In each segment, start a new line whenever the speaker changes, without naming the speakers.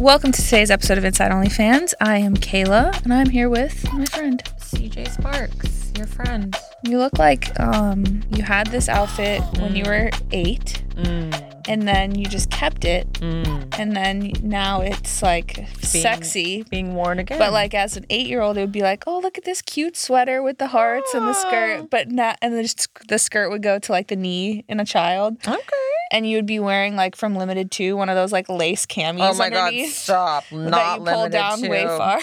Welcome to today's episode of Inside OnlyFans. I am Kayla, and I'm here with my friend.
CJ Sparks, your friend.
You look like um, you had this outfit when you were eight,
Mm,
and then you just kept it,
mm.
and then now it's like sexy.
Being worn again.
But like as an eight-year-old, it would be like, "Oh, look at this cute sweater with the hearts and the
Oh.
skirt," but not, and the, the skirt would go to like the knee in a child,
okay.
and you would be wearing like from Limited Two, one of those like lace camis.
Oh my God,
underneath
stop.
that
Not
you pull
limited
down
to.
way far.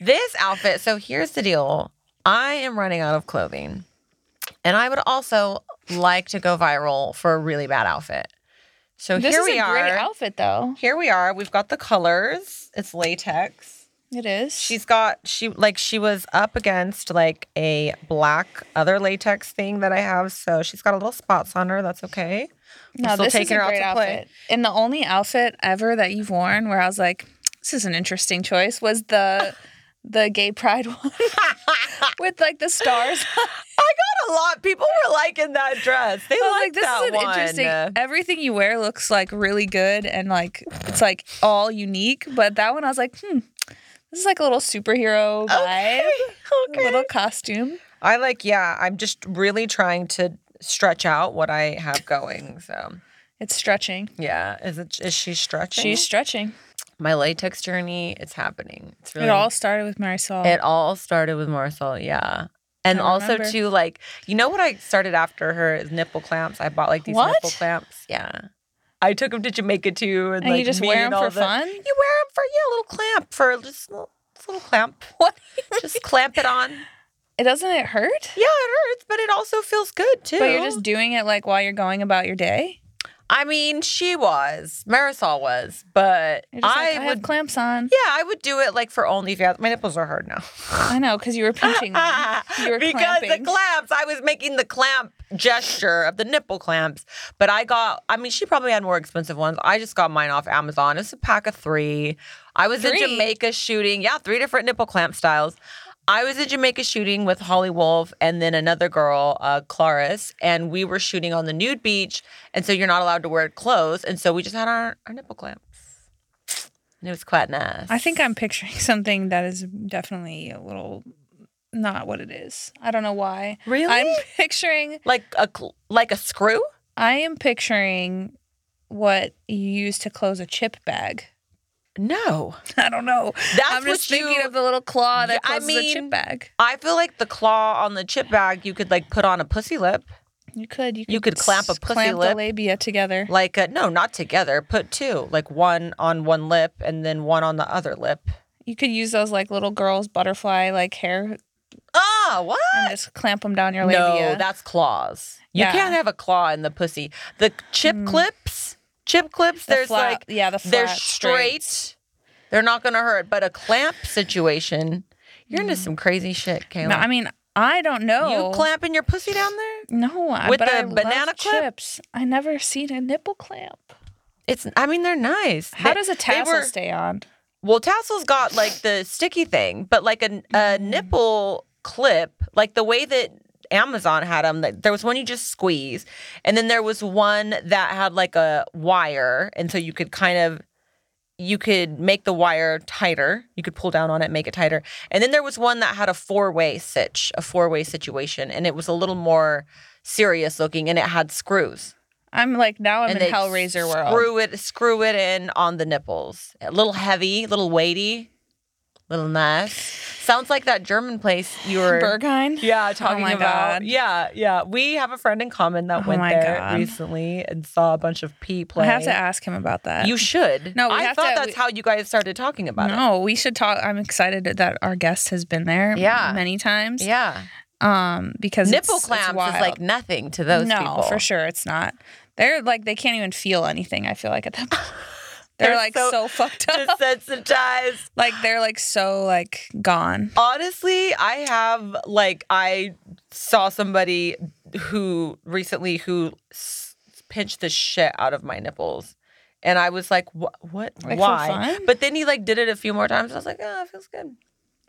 This outfit. So here's the deal I am running out of clothing, and I would also like to go viral for a really bad outfit. So
this
here
is
we
a
are.
great outfit, though.
Here we are. We've got the colors, it's latex.
It is.
She's got she like she was up against like a black other latex thing that I have, so she's got a little spots on her. That's okay. I'm
no,
still
this is a
taking her out
great
to
outfit.
play.
And the only outfit ever that you've worn where I was like, this is an interesting choice was the the gay pride one with like the stars.
I got a lot. People were liking that dress. They
I was like,
liked
this
that
is an
one.
interesting. Everything you wear looks like really good and like it's like all unique. But that one, I was like, hmm, this is like a little superhero vibe,
Okay, okay.
little costume.
I like. Yeah, I'm just really trying to stretch out what I have going. So
It's stretching.
yeah, is it? Is she stretching?
She's stretching.
my latex journey. It's happening. It's really
It all started with Marisol.
It all started with Marcel, yeah. And
I
also
remember.
too, like you know what I started after her is nipple clamps. I bought like these
What?
nipple clamps. Yeah, I took them to Jamaica too, and,
and
like,
you just
me
wear
and
them
all
for
the-
fun.
You wear them for yeah, a little clamp for just a little, just a little clamp.
What?
just clamp it on. Yeah,
It doesn't it hurt?
it hurts, but it also feels good too.
But you're just doing it like while you're going about your day.
I mean, she was Marisol was, but
You're just
I
like, I have
would.
clamps on.
yeah, I would do it like for OnlyFans. My nipples are hard now.
I know because you were pinching them. You were
because
clamping.
the clamps, I was making the clamp gesture of the nipple clamps. But I got, I mean, she probably had more expensive ones. I just got mine off Amazon. It's a pack of three. I was
Three?
in Jamaica shooting. Yeah, three different nipple clamp styles. I was in Jamaica shooting with Holly Wolf and then another girl, uh, Claris, and we were shooting on the nude beach. And so you're not allowed to wear clothes. And so we just had our, our nipple clamps. And it was quite nice.
I think I'm picturing something that is definitely a little not what it is. I don't know why.
really
I'm picturing.
like a cl- like a screw.
I am picturing what you use to close a chip bag.
No.
I don't know.
That's
I'm just
what
thinking
you-
of the little claw
Yeah,
that
I
closes a chip
mean-
bag.
I feel like the claw on the chip bag, you could like put on a pussy lip.
You could. You could,
You could clamp a
s-
pussy
clamp the
lip.
labia together.
Like, uh no, not together. Put two, like one on one lip and then one on the other lip.
You could use those like little girls butterfly like hair
Ah, what?
and just clamp them down your labia.
No, that's claws. You
Yeah. Mm.
can't have a claw in the pussy. The chip clips, chip clips,
The
there's
flat-
like,
yeah, the
they're
flat
straight. They're not going to hurt. But a clamp situation, you're into some crazy shit, Kayla.
Mm. No, I mean, I don't know.
you clamping your pussy down there?
No, I-
With
but
the
I love
banana clip?
chips. I never seen a nipple clamp.
It's, I mean, they're nice.
How
They-
does a
they
tassel
were-
stay on?
Well, tassels got like the sticky thing, but like a, a nipple clip, like the way that Amazon had them, like, there was one you just squeeze, and then there was one that had like a wire, and so you could kind of you could make the wire tighter. You could pull down on it, make it tighter. And then there was one that had a four-way sitch, a four-way situation, and it was a little more serious looking and it had screws.
I'm like now I'm
and
in Hellraiser world.
Screw it, screw it in on the nipples. A little heavy, little weighty, little nice. Sounds like that German place you were. Oh
Bergheim.
Yeah, talking
my
about.
God.
Yeah, yeah. We have a friend in common that
Oh
went
my
there
God.
recently and saw a bunch of pee play.
I have to ask him about that.
You should.
No, we
I
have
thought
to-
that's
we-
how you guys started talking about it.
no, we should talk. I'm excited that our guest has been there.
Yeah.
many times.
Yeah,
um, because it's-
nipple
it's
clamps is
wild.
like nothing to those
no,
people.
for sure it's not. They're like they can't even feel anything. I feel like at that point. They're,
They're
like so,
so
fucked up.
Desensitized.
like they're like so like gone.
Honestly, I have like I saw somebody who recently who s- pinched the shit out of my nipples, and I was like, "What? What?
Like, for
why?"
fun?
But then he like did it a few more times. and I was like, "Oh, it feels good.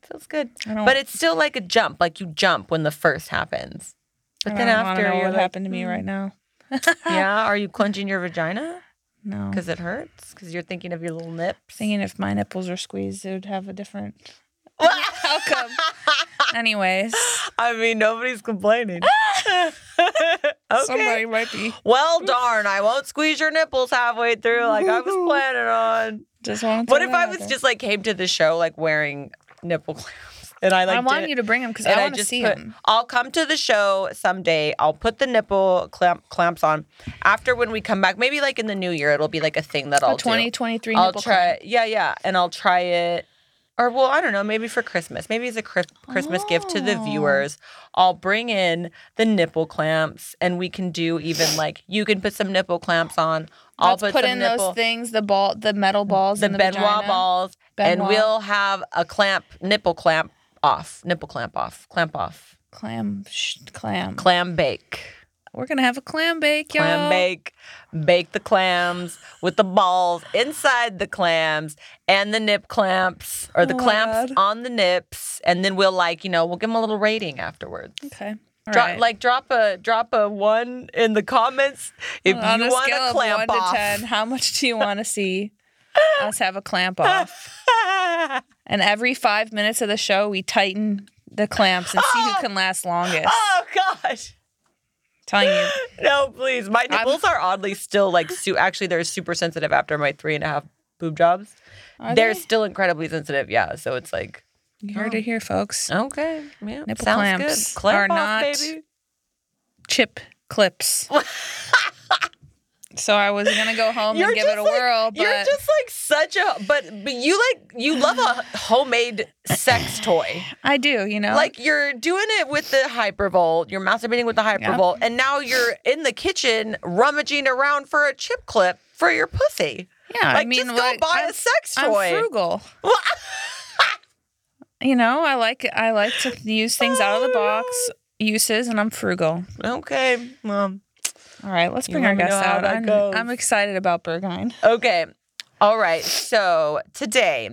It feels good."
I don't,
But it's still like a jump. Like you jump when the first happens, but
I
then
don't wanna
after
know
you're
what
like,
happened to me
"Hmm."
right now.
yeah, are you clenching your vagina?
No.
because it hurts because you're thinking of your little nips.
Thinking if my nipples were squeezed, it would have a different outcome. Anyways,
I mean, nobody's complaining. okay.
somebody might be.
Well, darn, I won't squeeze your nipples halfway through like I was planning on.
Just want.
What if I was just like came to the show like wearing nipple clamps and I like
I want
did-
you to bring him because
and
I want to see
put,
him.
I'll come to the show someday. I'll put the nipple clamp clamps on after when we come back. Maybe like in the new year, it'll be like a thing that I'll
A 2023
do. I'll
nipple
try.
clamp.
it. Yeah, yeah, and I'll try it. Or well, I don't know. Maybe for Christmas. Maybe it's a Chris- Christmas gift to the
Oh.
viewers. I'll bring in the nipple clamps, and we can do even like you can put some nipple clamps on. I'll
Let's put,
some
in
nipple-
those things, the ball, the metal balls,
the
in the
Benoit
vagina.
balls, and
Benoit.
we'll have a clamp, nipple clamp off, nipple clamp off, clamp off,
clam, sh- clam.
clam bake,
We're gonna have a clam bake, y'all.
clam bake, bake the clams with the balls inside the clams and the nip clamps or the
Oh my
clamps
God.
on the nips, and then we'll like you know we'll give them a little rating afterwards.
Okay. All
Drop,
right.
Like drop a drop a one in the comments if
on
you
a
want
scale
a
of
clamp
one
off.
to ten, how much do you want to see us have a clamp off? And every five minutes of the show, we tighten the clamps and see who
Ah!
can last longest.
oh gosh.
telling you,
No, please. My nipples are oddly still like su- actually they're super sensitive after my three and a half boob jobs.
Are
they're
they?
still incredibly sensitive. Yeah, so it's like
you heard
Oh.
it here, folks.
okay, yeah,
Nipple clamps
sounds good. Clamp
are
off,
not-
baby.
Chip clips. so I was gonna go home and give it a
like,
whirl, but
you're just like such a but but you like you love a homemade sex toy.
I do, you know,
Like you're doing it with the hypervolt, you're masturbating with the hypervolt, and now you're in the kitchen rummaging around for a chip clip for your pussy.
yeah. I
Like
mean,
just
what-
go buy
I'm-
a sex toy.
I'm frugal. you know, I like I like to use things out of the box uses, and I'm frugal.
Okay. Well,
All right, let's
You
bring
let
our
me know
guests
how
out.
that
I'm,
goes.
I'm excited about Bergheim.
okay. All right. So today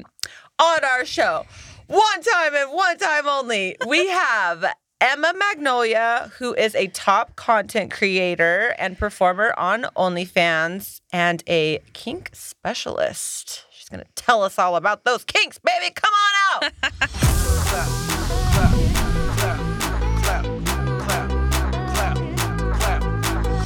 on our show, one time and one time only, we have Emma Magnolia, who is a top content creator and performer on OnlyFans and a kink specialist. She's going to tell us all about those kinks, baby. Come on out.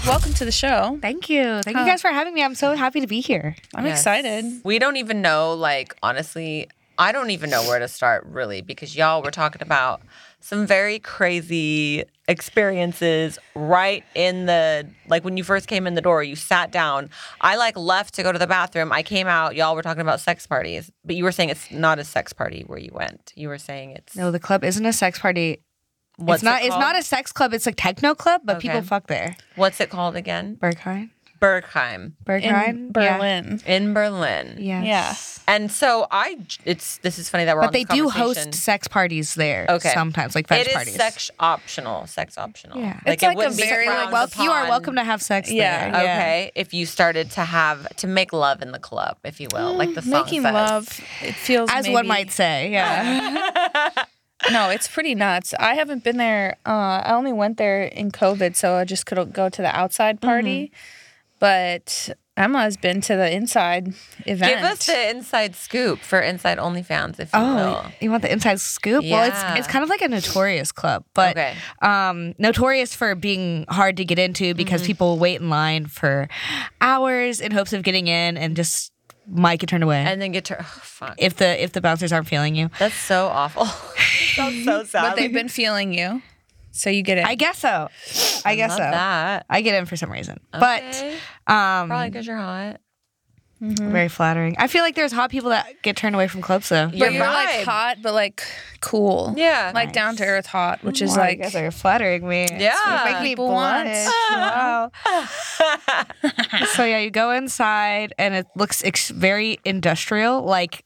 Welcome to the show.
Thank you. Thank you guys for having me. I'm so happy to be here.
I'm
Yes.
excited.
We don't even know, like, honestly, I don't even know where to start really because y'all were talking about some very crazy experiences right in the like when you first came in the door you sat down i like left to go to the bathroom i came out y'all were talking about sex parties but you were saying it's not a sex party where you went you were saying it's
No, the club isn't a sex party.
what's
it's not.
it
it's
called?
not a sex club. It's a techno club, but
Okay.
people fuck there.
what's it called again
Berghain.
bergheim
In
Berghain.
Berlin.
in berlin
Yeah.
Yes.
and so i j- it's this is funny that we're on
But they
this
do
conversation.
host sex parties there.
Okay.
Sometimes, like
It
fetish
is
parties.
sex optional. Sex optional.
Yeah.
It's like a
wouldn't be
very, like,
frowned
well, you are
upon.
welcome to have sex
Yeah.
there.
Okay, if you started to have to make love in the club, if you will, like the
Mm,
song
Making
says.
love, it feels
As one
maybe-
might say. Yeah.
No, it's pretty nuts. I haven't been there. Uh, I only went there in COVID, so I just could go to the outside party.
Mm-hmm.
But Emma has been to the inside event.
Give us the inside scoop for Inside OnlyFans, if you
oh,
will.
you want the inside scoop? Well,
Yeah.
it's it's kind of like a notorious club, but
Okay.
um, notorious for being hard to get into
Mm-hmm.
because people wait in line for hours in hopes of getting in and just might get turned away
And then get to oh, fuck.
if the if the bouncers aren't feeling you.
That's so awful. Sounds so sad.
But they've been feeling you, so you get it.
I guess so. I, guess
Love
so.
that.
I get in for some reason,
Okay. Mm-hmm.
but um,
Probably because you're hot.
very flattering. I feel like there's hot people that get turned away from clubs though.
but
Your
you're like
vibe.
hot, but like cool.
Yeah.
like down to earth hot, which is
Wow,
like
you guys are flattering me.
Yeah.
make me
People want.
blush. Wow. so yeah, you go inside and it looks ex- very industrial, like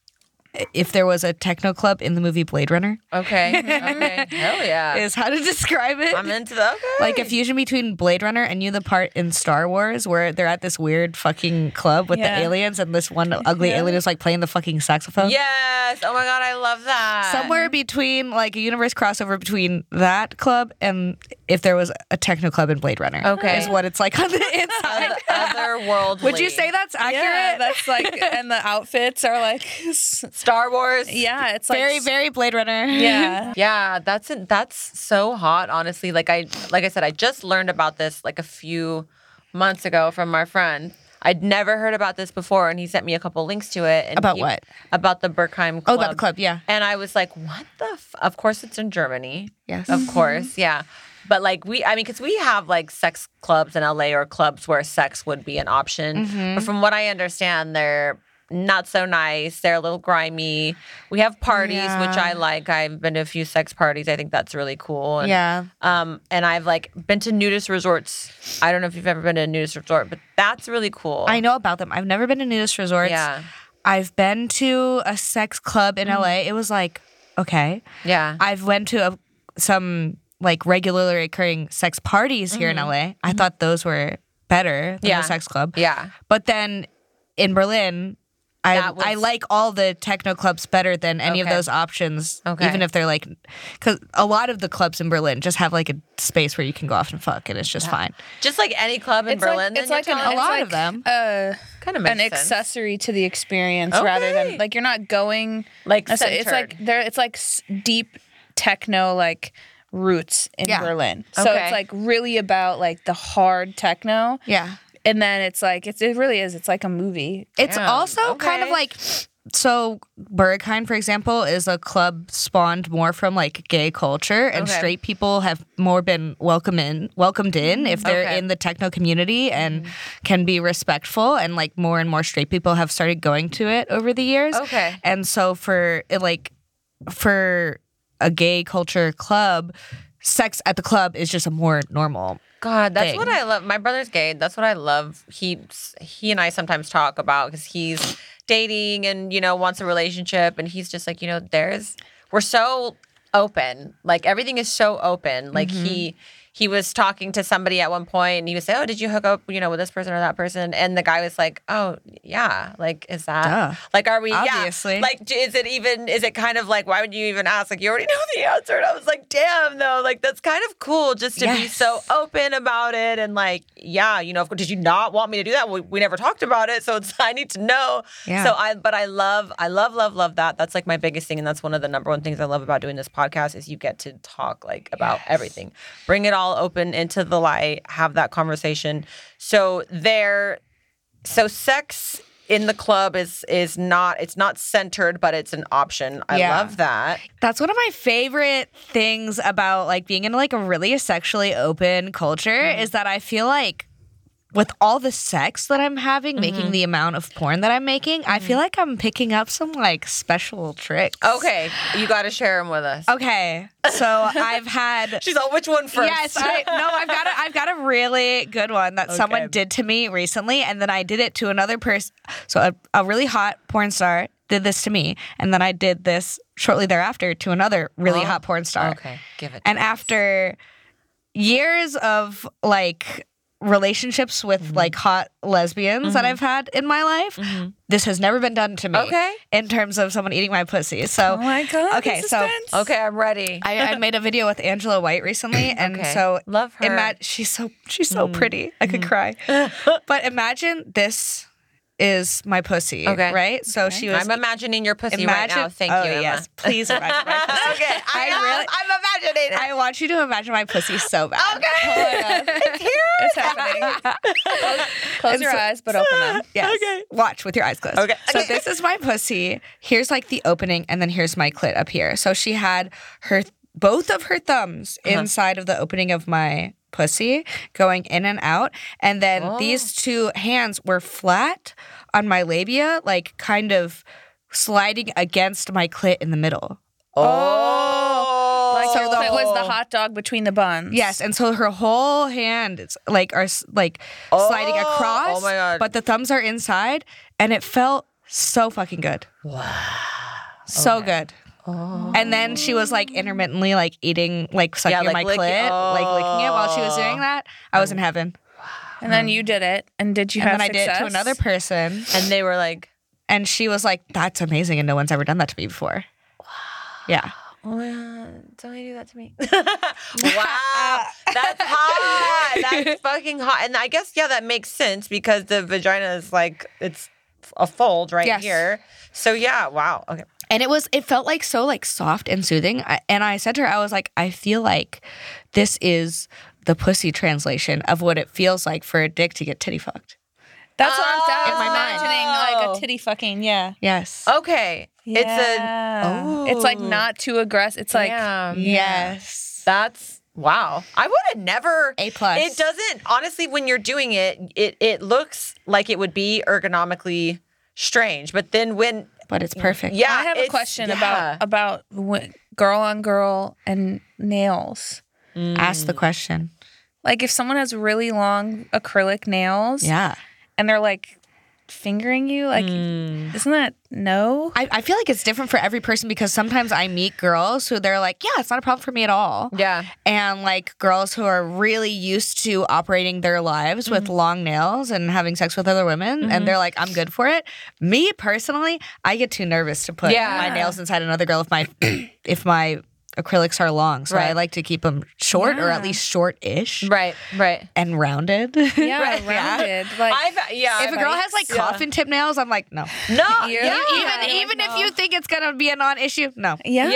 if there was a techno club in the movie Blade Runner,
Okay. Okay. Hell yeah.
is how to describe it.
I'm into the okay.
like a fusion between Blade Runner and you, the part in Star Wars where they're at this weird fucking club with
Yeah.
the aliens, and this one ugly alien is like playing the fucking saxophone.
Yes. Oh my god, I love that.
Somewhere between like a universe crossover between that club and if there was a techno club in Blade Runner.
Okay.
Is what it's like on the inside.
otherworldly.
Would you say that's accurate?
Yeah, that's like, and the outfits are like, s-
Star Wars?
yeah, it's like
very,
s-
very Blade Runner.
yeah.
Yeah, that's it. That's so hot, honestly. Like I like I said, I just learned about this like a few months ago from our friend. I'd never heard about this before, and he sent me a couple links to it. And
About
he-
what?
About the Berkheim Club.
Oh, about the club, yeah.
And I was like, "What the? F-? Of course, it's in Germany.
Yes.
of course, yeah." But like we, I mean, because we have like sex clubs in LA or clubs where sex would be an option.
Mm-hmm.
But from what I understand, they're not so nice. They're a little grimy. We have parties, which
Yeah.
I like. I've been to a few sex parties. I think that's really cool. And,
Yeah.
Um, and I've like been to nudist resorts. I don't know if you've ever been to a nudist resort, but that's really cool.
I know about them. I've never been to nudist resorts.
Yeah. Mm-hmm.
I've been to a sex club in LA. It was like, okay.
Yeah.
I've went to a, some like regularly occurring sex parties here in LA. I thought those were better than
Mm-hmm. Yeah.
the sex club.
yeah.
But then in Berlin, I
That was-
I like all the techno clubs better than any of
Okay.
those options.
Okay.
Even if they're like, because a lot of the clubs in Berlin just have like a space where you can go off and fuck, and it's just fine.
Just like any club in
It's like-
Berlin.
it's like an-
A
it's
lot
like,
of them.
Uh,
kind of
an accessory to the experience rather
Okay.
than like you're not going
Like
it's, it's
centered.
like there it's like s- deep techno like roots in
Yeah.
Berlin. So
Okay.
it's like really about like the hard techno.
Yeah.
And then it's like it's, it really is. It's like a movie.
It's
Damn,
also kind of
okay.
like so Bergheim, for example, is a club spawned more from like gay culture, and
Okay.
straight people have more been welcome in, welcomed in if they're
Mm, Okay. Mm-hmm.
in the techno community and can be respectful. And like more and more straight people have started going to it over the years.
Okay.
and so for it, like for a gay culture club, sex at the club is just a more normal.
God, that's
thing.
what I love. My brother's gay. That's what I love. He he and I sometimes talk about because he's dating and you know wants a relationship, and he's just like you know there's we're so open. Like everything is so open. Like
Mm-hmm.
he he was talking to somebody at one point, and he was saying, "Oh, did you hook up? You know, with this person or that person?" And the guy was like, "Oh, yeah. Like, is that
Duh.
like are we
Obviously.
Yeah. Like, d- is it even? Is it kind of like why would you even ask? Like, you already know the answer." And I was like, "Damn, though. Like, that's kind of cool just to be
Yes.
so open about it and like yeah you know of course, did you not want me to do that we, we never talked about it so it's i need to know
Yeah.
so i but i love i love love love that that's like my biggest thing and that's one of the number one things i love about doing this podcast is you get to talk like about everything bring it all open into the light have that conversation so there so sex in the club is is not it's not centered but it's an option i
Yeah.
love that
That's one of my favorite things about like being in like a really sexually open culture
Mm-hmm.
is that I feel like with all the sex that I'm having,
Mm-hmm.
making the amount of porn that I'm making, I feel like I'm picking up some like special tricks.
okay you got to share them with us
Okay. So I've had
she's all which one first
Yes, I no, I've got a I've got a really good one that someone
Okay.
did to me recently, and then I did it to another person. So a, a really hot porn star did this to me, and then I did this shortly thereafter to another really
Oh,
hot porn star.
okay give it
And
to us.
after years of like relationships with
Mm-hmm.
like hot lesbians that I've had in my life, this has never been done to me.
Okay. Oh
In terms of someone eating my pussy. So
god.
Okay, so-
Okay, I'm ready.
I, I made a video with Angela White recently, and
Okay.
so
Love her. Mm-hmm.
Ima- she's so she's so pretty. I could cry. but imagine this is my pussy.
Okay.
Right. So she was.
I'm imagining your pussy right now. Thank
oh,
you, Emma.
Yes, please imagine my pussy.
okay, I,
I
am,
really-
I'm imagining. it.
I want you to imagine my pussy so bad.
okay, it's here.
It's happening. Close your eyes, but open them.
Yes. Okay. Watch with your eyes closed.
Okay.
So
Okay.
this is my pussy. Here's like the opening, and then here's my clit up here. So she had her both of her thumbs inside of the opening of my pussy, going in and out, and then these two hands were flat on my labia, like kind of sliding against my clit in the middle.
Oh,
Like
So
your
the
clit was the
whole-
hot dog between the buns.
Yes, and so her whole hand is like are s- like sliding
Oh,
across.
oh my God.
But the thumbs are inside, and it felt so fucking good. So good.
Oh.
And then she was like intermittently like eating like sucking
like,
my
lick-
clit, like licking it while she was doing
Oh.
that. I was in heaven.
And then you did it. And did you
And
have
then I did it
success?
to another person,
And they were like,
and she was like, "That's amazing, and no one's ever done that to me before." Yeah.
Oh my god, somebody do that to me. wow. That's hot. That's fucking hot. And I guess, yeah, that makes sense because the vagina is like, it's a fold right
Yes.
here. So, yeah, wow. Okay.
and it was it felt like so like soft and soothing I, and i said to her i was like i feel like this is the pussy translation of what it feels like for a dick to get titty fucked
That's what I'm
Oh.
that's
In my mind.
imagining, like
Oh.
a titty fucking. Yeah.
yes
Okay.
Yeah. It's like
Ooh.
not too aggressive. It's
It's a.
like
Damn.
Mm. yes
That's. Wow, I would have never
A plus.
It doesn't honestly when you're doing it, it it looks like it would be ergonomically strange, but then when
but it's perfect
yeah,
I have a
it's-
question
yeah.
about about when, girl on girl and nails.
ask the question
Like if someone has really long acrylic nails,
yeah
and they're like fingering you, like isn't that no?
I, I feel like it's different for every person because sometimes i meet girls who they're like yeah it's not a problem for me at all
yeah.
and like girls who are really used to operating their lives with
Mm-hmm.
long nails and having sex with other women and they're like i'm good for it me personally i get too nervous to put
Yeah.
my nails inside another girl if my if my acrylics are long so i
Right.
like to keep them short or at
Yeah.
least short-ish
Right, right.
and rounded
Yeah, rounded. Like
I've yeah.
if a girl has like
Yeah.
coffin tip nails i'm like no E-,
no,
You're-
yeah,
you
even
like,
even if
no.
you think it's gonna be a non-issue no
yes.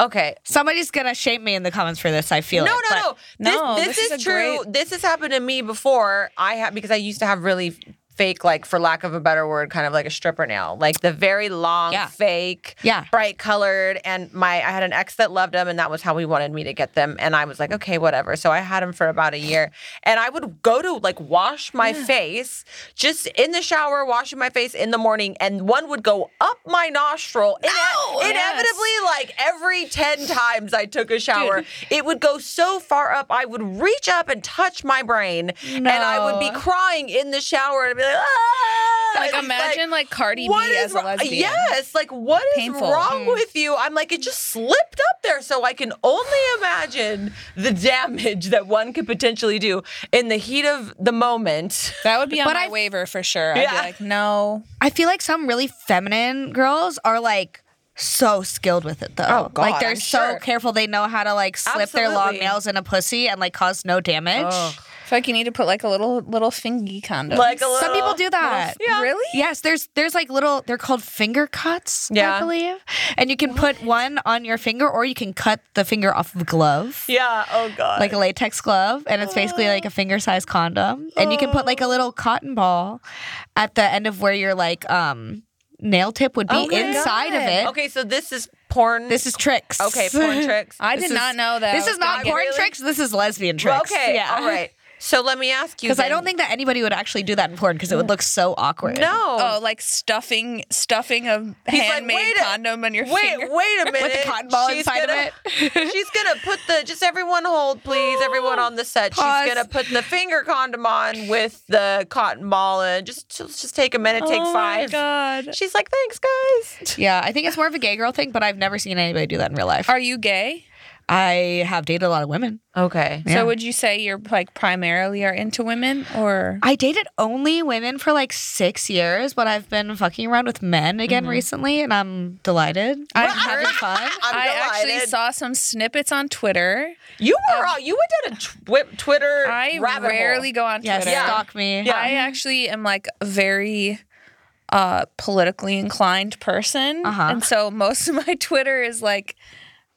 yeah. Okay.
somebody's gonna shame me in the comments for this i feel
No,
it,
no,
but-
no. This,
No,
this,
this
is,
is a
true.
great-
This has happened to me before. I have because I used to have really fake, like for lack of a better word, kind of like a stripper nail, like the very long,
Yeah.
fake,
Yeah.
bright colored. And my, I had an ex that loved them, and that was how he wanted me to get them. And I was like, okay, whatever. So I had them for about a year, and I would go to like wash my face just in the shower, washing my face in the morning, and one would go up my nostril. Ine- inevitably, like every 10 times I took a shower, it would go so far up, I would reach up and touch my brain. And I would be
No.
crying in the shower and be like, ah!
Like
And it's
imagine like, Cardi
what
B
is
as a
wro-
lesbian.
Yes, like what is
Painful. Mm.
wrong with you? I'm like, it just slipped up there, so I can only imagine the damage that one could potentially do in the heat of the moment.
That would be on
But
my
I-
waiver for sure. I'd be
Yeah.
like, no.
I feel like some really feminine girls are like so skilled with it though.
Oh, God,
like they're
I'm
so
sure.
careful. They know how to like slip their long
Absolutely.
nails in a pussy and like cause no damage.
It's like you need to put like a little little fingy condom.
Like a little,
Some people do that.
yeah.
Really?
Yes, there's there's like little they're called finger cuts, I
Yeah.
believe. And you can put one on your finger or you can cut the finger off of a glove.
Yeah. Oh god.
Like a latex glove, and it's basically like a finger sized condom. And you can put like a little cotton ball at the end of where your like um nail tip would be
Oh my
inside of
God.
it.
Okay, so this is porn.
This is tricks.
okay, porn tricks.
I
This
did
is-
not know that. I
This
was
is not
gonna get-
porn
Really?
tricks. This is lesbian
Well,
tricks.
Okay, all right. So let me ask you
Because I
then-
don't think that anybody would actually do that in porn because it would look so awkward.
no.
Oh, like stuffing stuffing a
He's like,
handmade
wait a-
condom on your
wait,
finger.
wait a minute.
With a cotton ball inside
gonna,
of it.
she's gonna put the just everyone hold, please. Everyone on the set.
Pause.
She's gonna put the finger condom on with the cotton ball, and just just, just take a minute, take
Oh my
five.
god.
She's like, thanks, guys.
Yeah, I think it's more of a gay girl thing, but I've never seen anybody do that in real life.
Are you gay?
I have dated a lot of women.
Okay.
Yeah.
So would you say you're like primarily are into women or
I dated only women for like six years, but I've been fucking around with men again recently, and I'm delighted. I'm having fun.
I'm
I actually
delighted.
saw some snippets on Twitter.
you were all you went down a twi- Twitter
I
rabbit
rarely
hole.
go on
Yes,
Twitter.
Yeah.
stalk me.
Yeah.
I actually am like a very uh politically inclined person.
Uh-huh.
And so most of my Twitter is like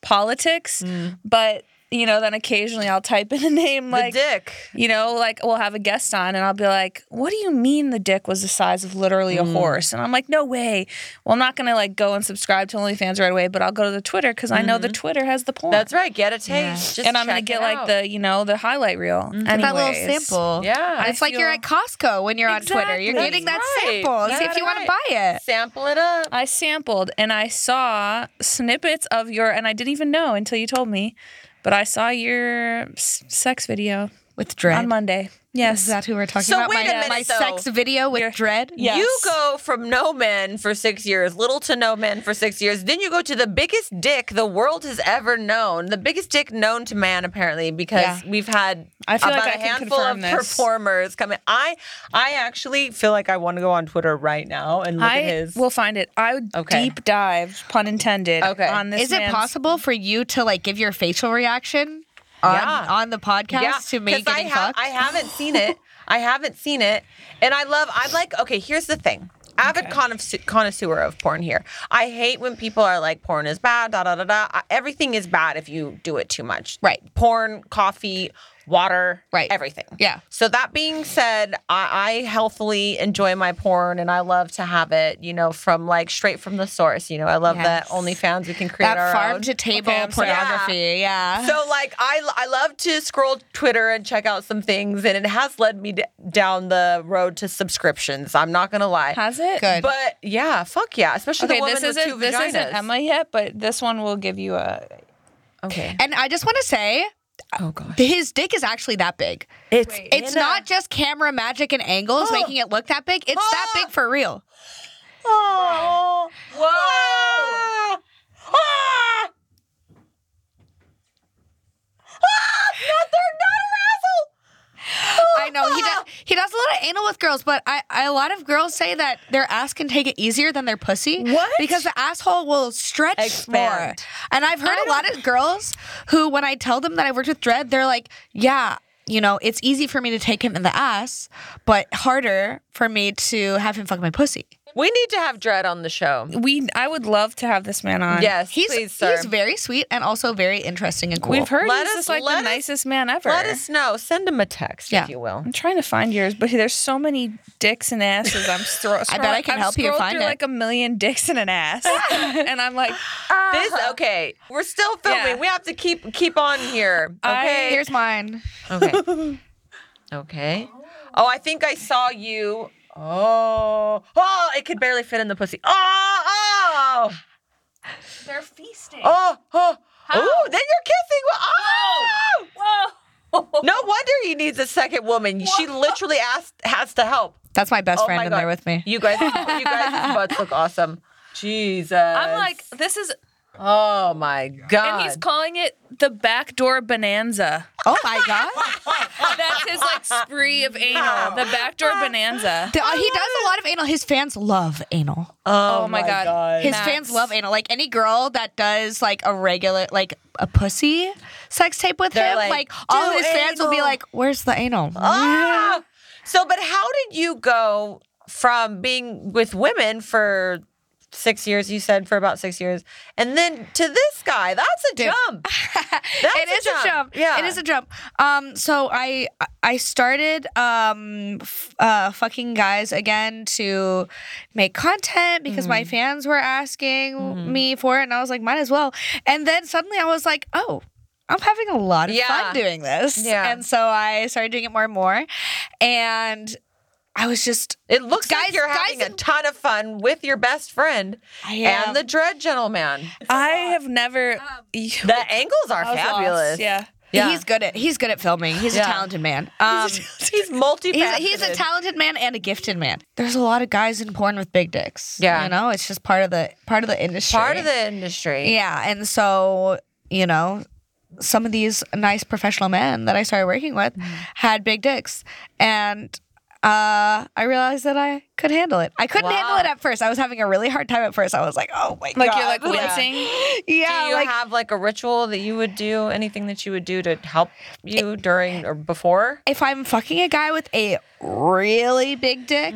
politics, but you know, then occasionally I'll type in a name
Mm. The
like
dick.
you know, like we'll have a guest on and I'll be like, What do you mean the dick was the size of literally a
Mm.
horse? And I'm like, No way. Well, I'm not gonna like go and subscribe to OnlyFans right away, but I'll go to the Twitter because I know the Twitter has the porn.
Mm-hmm. That's right. Get a taste. Just
and I'm gonna
check
get
it
like
out. Mm-hmm.
the, you know, the highlight reel.
Get that little
Anyways.
sample.
Yeah.
It's like you're at Costco when you're on Twitter. You're
Exactly.
getting that
That's right.
sample. See if
That's
you want to
right.
buy it.
sample it up.
I sampled and I saw snippets of your, and I didn't even know until you told me, but I saw your s- sex video
with dread.
on Monday.
Is
Yes.
that who we're talking
So
about?
wait
my
a minute,
my
though.
sex video with dread.
Yes.
You go from no men for six years, little to no men for six years. Then you go to the biggest dick the world has ever known, the biggest dick known to man, apparently, because
Yeah.
we've had
I feel
about
like I
a
can
handful of
confirm this.
performers coming. I I actually feel like I want to go on Twitter right now and look
I
at his.
will find it. I would
Okay.
deep dive, pun intended,
Okay.
on this.
Is it
man's-
possible for you to like give your facial reaction on,
Yeah.
on the podcast
yeah,
to me
'cause I,
getting
ha-
fucked?
I haven't seen it. I haven't seen it, and I love. I like. Okay, here's the thing. Avid connoisseur, connoisseur of porn here. I hate when people are like, porn is bad, da da da da. I- Everything is bad if you do it too much.
Right.
Porn, coffee, water,
Right.
everything.
Yeah.
So that being said, I, I healthily enjoy my porn and I love to have it, you know, from like straight from the source. You know, I love
Yes.
that OnlyFans we can create
that
our
farm
own.
to table
Okay, I'm sorry.
pornography. Yeah.
So like I I love to scroll Twitter and check out some things and it has led me d- down the road to subscriptions. I'm not going to lie.
Has it?
Good.
But yeah, fuck yeah, especially
Okay,
the woman
this
with two
isn't this
vaginas.
isn't Emma yet, but this one will give you a.
Okay.
and I just want to say
Oh gosh.
his dick is actually that big.
It's
It's
in a-
not just camera magic and angles making it look that big. It's that
Oh.
big for real.
Oh. Whoa. Ah! Ah! Not their not
I know he does. He does a lot of anal with girls, but I, I a lot of girls say that their ass can take it easier than their pussy.
What?
Because the asshole will stretch more.
Expand.
And I've heard a lot of girls who, when I tell them that I worked with dread, they're like, yeah. You know, it's easy for me to take him in the ass, but harder for me to have him fuck my pussy.
We need to have Dread on the show.
We I would love to have this man on.
Yes,
He's
please, sir.
he's very sweet and also very interesting and cool.
We've heard he's
Let us-
just like
let
the
us-
nicest man ever.
Let us know. Send him a text
Yeah.
if you will.
I'm trying to find yours, but there's so many dicks and asses. I'm thro-
I bet I can
I've
help you
scrolled
find
through
it.
like a million dicks and an ass, and I'm like,
This okay. We're still filming.
Uh-huh. Yeah.
We have to keep keep on here.
I-
Okay.
Here's mine.
okay. okay. Oh, I think I saw you. Oh. Oh, it could barely fit in the pussy. Oh, oh.
they're feasting.
Oh, oh. Ooh, then you're kissing. Oh.
Whoa.
No wonder he needs a second woman. She literally asked has to help.
That's my best
Oh
friend
my
in
god.
there with me.
You guys you guys butts look awesome. Jesus.
I'm like, this is,
Oh my god.
and he's calling it the backdoor bonanza.
Oh my god.
That's his like spree of anal, the backdoor bonanza.
The- uh, he does a lot of anal. His fans love anal.
oh,
my God.
His
Max.
fans love anal. Like any girl that does like a regular, like a pussy sex tape with
They're
him,
like,
like, all
"Do
his fans will be
anal."
like, "Where's the anal?"
Ah! So, but how did you go from being with women for six years, you said for about six years, and then to this guy? That's a
Dude.
jump. That's
it is a jump.
Yeah.
it is a jump. Um, so I I started um f- uh fucking guys again to make content because
Mm.
my fans were asking
Mm-hmm.
me for it, and I was like, might as well. And then suddenly I was like, oh. I'm having a lot of
Yeah.
fun doing this.
Yeah.
And so I started doing it more and more. And I was just,
It looks like
Guys-
you're
guys
having a
in-
ton of fun with your best friend
I am.
and the dread gentleman.
I have never.
The angles are
I was lost,
fabulous.
Yeah.
Yeah.
he's good at, he's good at filming. He's
Yeah.
a talented man. Um,
He's multi.
He's a, he's a talented man and a gifted man. There's a lot of guys in porn with big dicks.
Yeah.
you know, it's just part of the part of the industry.
part of the industry.
yeah, and so you know, some of these nice professional men that I started working with
Mm-hmm.
had big dicks, and uh, I realized that I could handle it. I couldn't
Wow.
handle it at first. I was having a really hard time at first. I was like, oh my
Like
god,
you're like
Yeah.
wincing.
yeah,
do you
like
have like a ritual that you would do? Anything that you would do to help you during or before?
if I'm fucking a guy with a really big dick,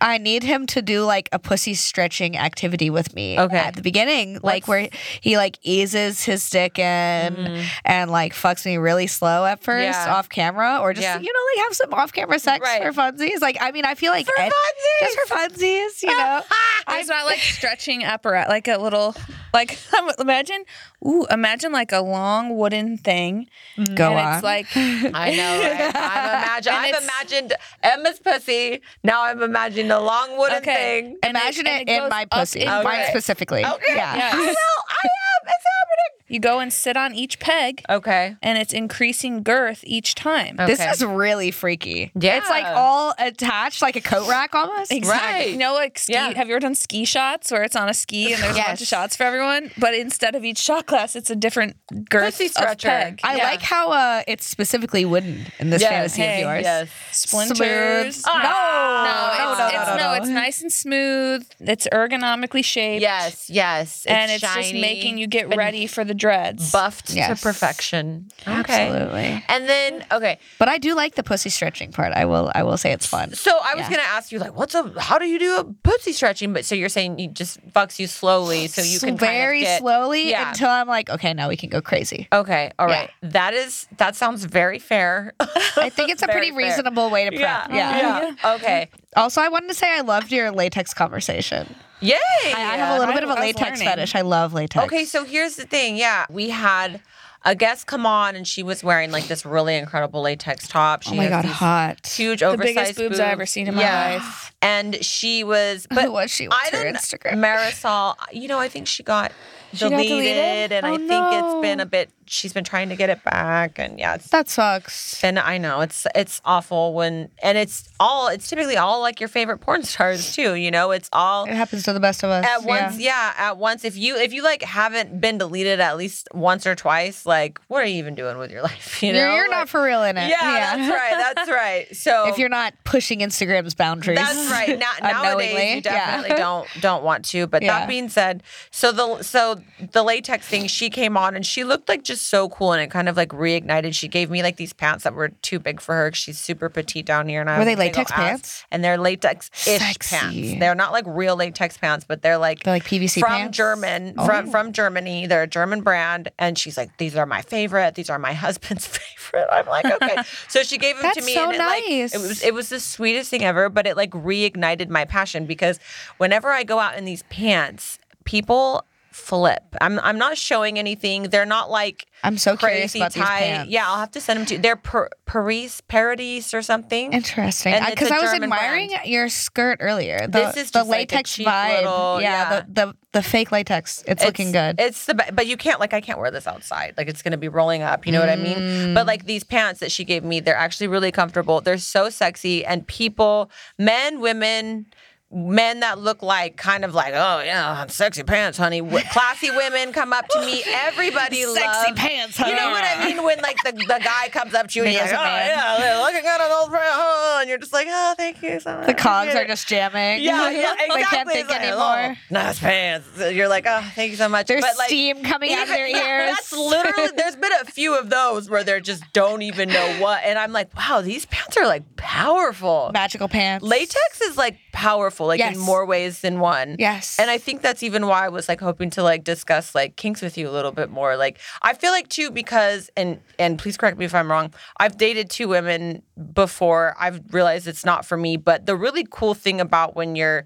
I need him to do like a pussy stretching activity with me
Okay.
at the beginning, like where he like eases his dick in and like fucks me really slow at first
Yeah.
off camera, or just
Yeah.
you know like have some off camera sex
Right.
for funsies. Like I mean, I feel like
For
ed- just for funsies, you know.
It's not like stretching apparatus, like a little, like imagine, ooh, imagine like a long wooden thing,
Go
and
on.
it's like
I know. Right?
And it's-
I've imagined. I've imagined Emma's pussy. Now I'm imagining a long wooden
okay,
thing.
and
Imagine
and
it, in
goes
my
up
pussy,
in
mine
your-
Okay.
specifically.
Okay.
Yeah.
I know.
Yes.
I am. It's happening.
You go and sit on each peg,
Okay.
and it's increasing girth each time.
This
Okay.
is really freaky.
Yeah.
It's like all attached, like a coat rack almost.
Exactly.
Right.
You know, like ski.
Yeah.
Have you ever done ski shots where it's on a ski and there's a bunch of
Yes.
shots for everyone, but instead of each shot class, it's a different girth
Pussy
of
stretcher.
peg.
I
Yeah.
like how uh, it's specifically wooden in this
Yes.
fantasy
Hey,
of yours.
Yes.
Splinters.
Smooth. Ah.
No,
No,
it's,
no,
it's,
no,
no,
no.
it's nice and smooth. It's ergonomically shaped.
Yes. Yes.
and it's just making you get
and
ready for the dreads.
buffed
Yes.
to perfection. Okay.
Absolutely.
And then okay,
But I do like the pussy stretching part. I will. I will say it's fun.
so I was
Yeah.
gonna ask you like, what's a how do you do a pussy stretching? But so you're saying you just fucks you slowly, so you can kind of
very
get-
slowly
Yeah.
until I'm like, okay, now we can go crazy.
Okay, all
Yeah.
right. That is that sounds very fair.
I think it's a pretty
Very fair.
reasonable way to prep.
yeah,
Yeah.
yeah, Okay.
Also, I wanted to say I loved your latex conversation.
Yay.
I, I have a little
I-
bit of
I
a
was
latex
learning.
fetish. I love latex.
Okay, so here's the thing. Yeah, we had a guest come on, and she was wearing like this really incredible latex top. She
oh my
has
god,
these
hot.
Huge,
the
oversized
biggest boobs, I've ever seen in my
Yeah.
life.
And she was, but
Who was she? What's
I
her
didn't-
Instagram?
Marisol, you know, I think she got,
got
deleted,
deleted?
and I
Oh,
think
no.
it's been a bit. She's been trying to get it back, and yeah, it's
That sucks.
been. I know it's it's awful when, and it's all. It's typically all like your favorite porn stars too. You know, it's all
It happens to the best of us.
at once yeah. at once if you if you like haven't been deleted at least once or twice like what are you even doing with your life you know
You're, you're
Like,
not for real in it.
yeah, that's right that's right so
If you're not pushing Instagram's boundaries.
that's right now, nowadays
unknowingly,
you definitely
yeah.
don't don't want to but
Yeah.
that being said so the so the latex thing she came on and she looked like just so cool and it kind of like reignited she gave me like these pants that were too big for her 'cause she's super petite down here and I
Were
have
they
a big ol'
latex
ass.
pants?
and they're latex ish
Sexy.
pants they're not like real latex pants but they're like
They're like PVC
from
pants?
German
Oh.
from from Germany. They're a German brand, and she's like, "These are my favorite. These are my husband's favorite." I'm like, "Okay." so she gave them to
That's
me,
so
and it, like,
nice.
it was it was the sweetest thing ever. But it like reignited my passion because whenever I go out in these pants, people flip. I'm I'm not showing anything. They're not like.
I'm so curious
Crazy
about these
tie,
pants.
yeah. I'll have to send them to you. They're per, Paris parodies or something.
Interesting.
And it's
Because
a
I was
German
admiring your skirt earlier. The,
This is
the
just like a
latex
cheap
vibe.
little-
yeah,
yeah.
The, the the fake latex. It's, looking good.
It's the be- but you can't like I can't wear this outside. Like it's gonna be rolling up. You know what I mean? But like these pants that she gave me, they're actually really comfortable. They're so sexy, and people, men, women. Men that look like kind of like oh yeah sexy pants honey W- classy women come up to me everybody
Sexy
loves-
pants,
you know
honey.
what I mean when like the, the guy comes up to you and
Me
you're like
as
oh
a man."
yeah they're looking good on old oh, and you're just like oh thank you so much
the cogs
Yeah.
are just jamming.
Yeah, yeah, exactly.
they can't
It's
think
like,
anymore.
"Oh, nice pants. You're like, oh, thank you so much.
There's
But, like,
steam coming out of
even-
their
yeah,
ears.
That's literally. There's been a few of those where they just don't even know what, and I'm like, wow, these pants are like powerful.
magical pants.
Latex is like powerful, like
Yes.
in more ways than one.
Yes.
And I think that's even why I was like hoping to like discuss like kinks with you a little bit more. Like I feel like too because and and please correct me if I'm wrong. I've dated two women before. I've realized it's not for me, but the really cool thing about when you're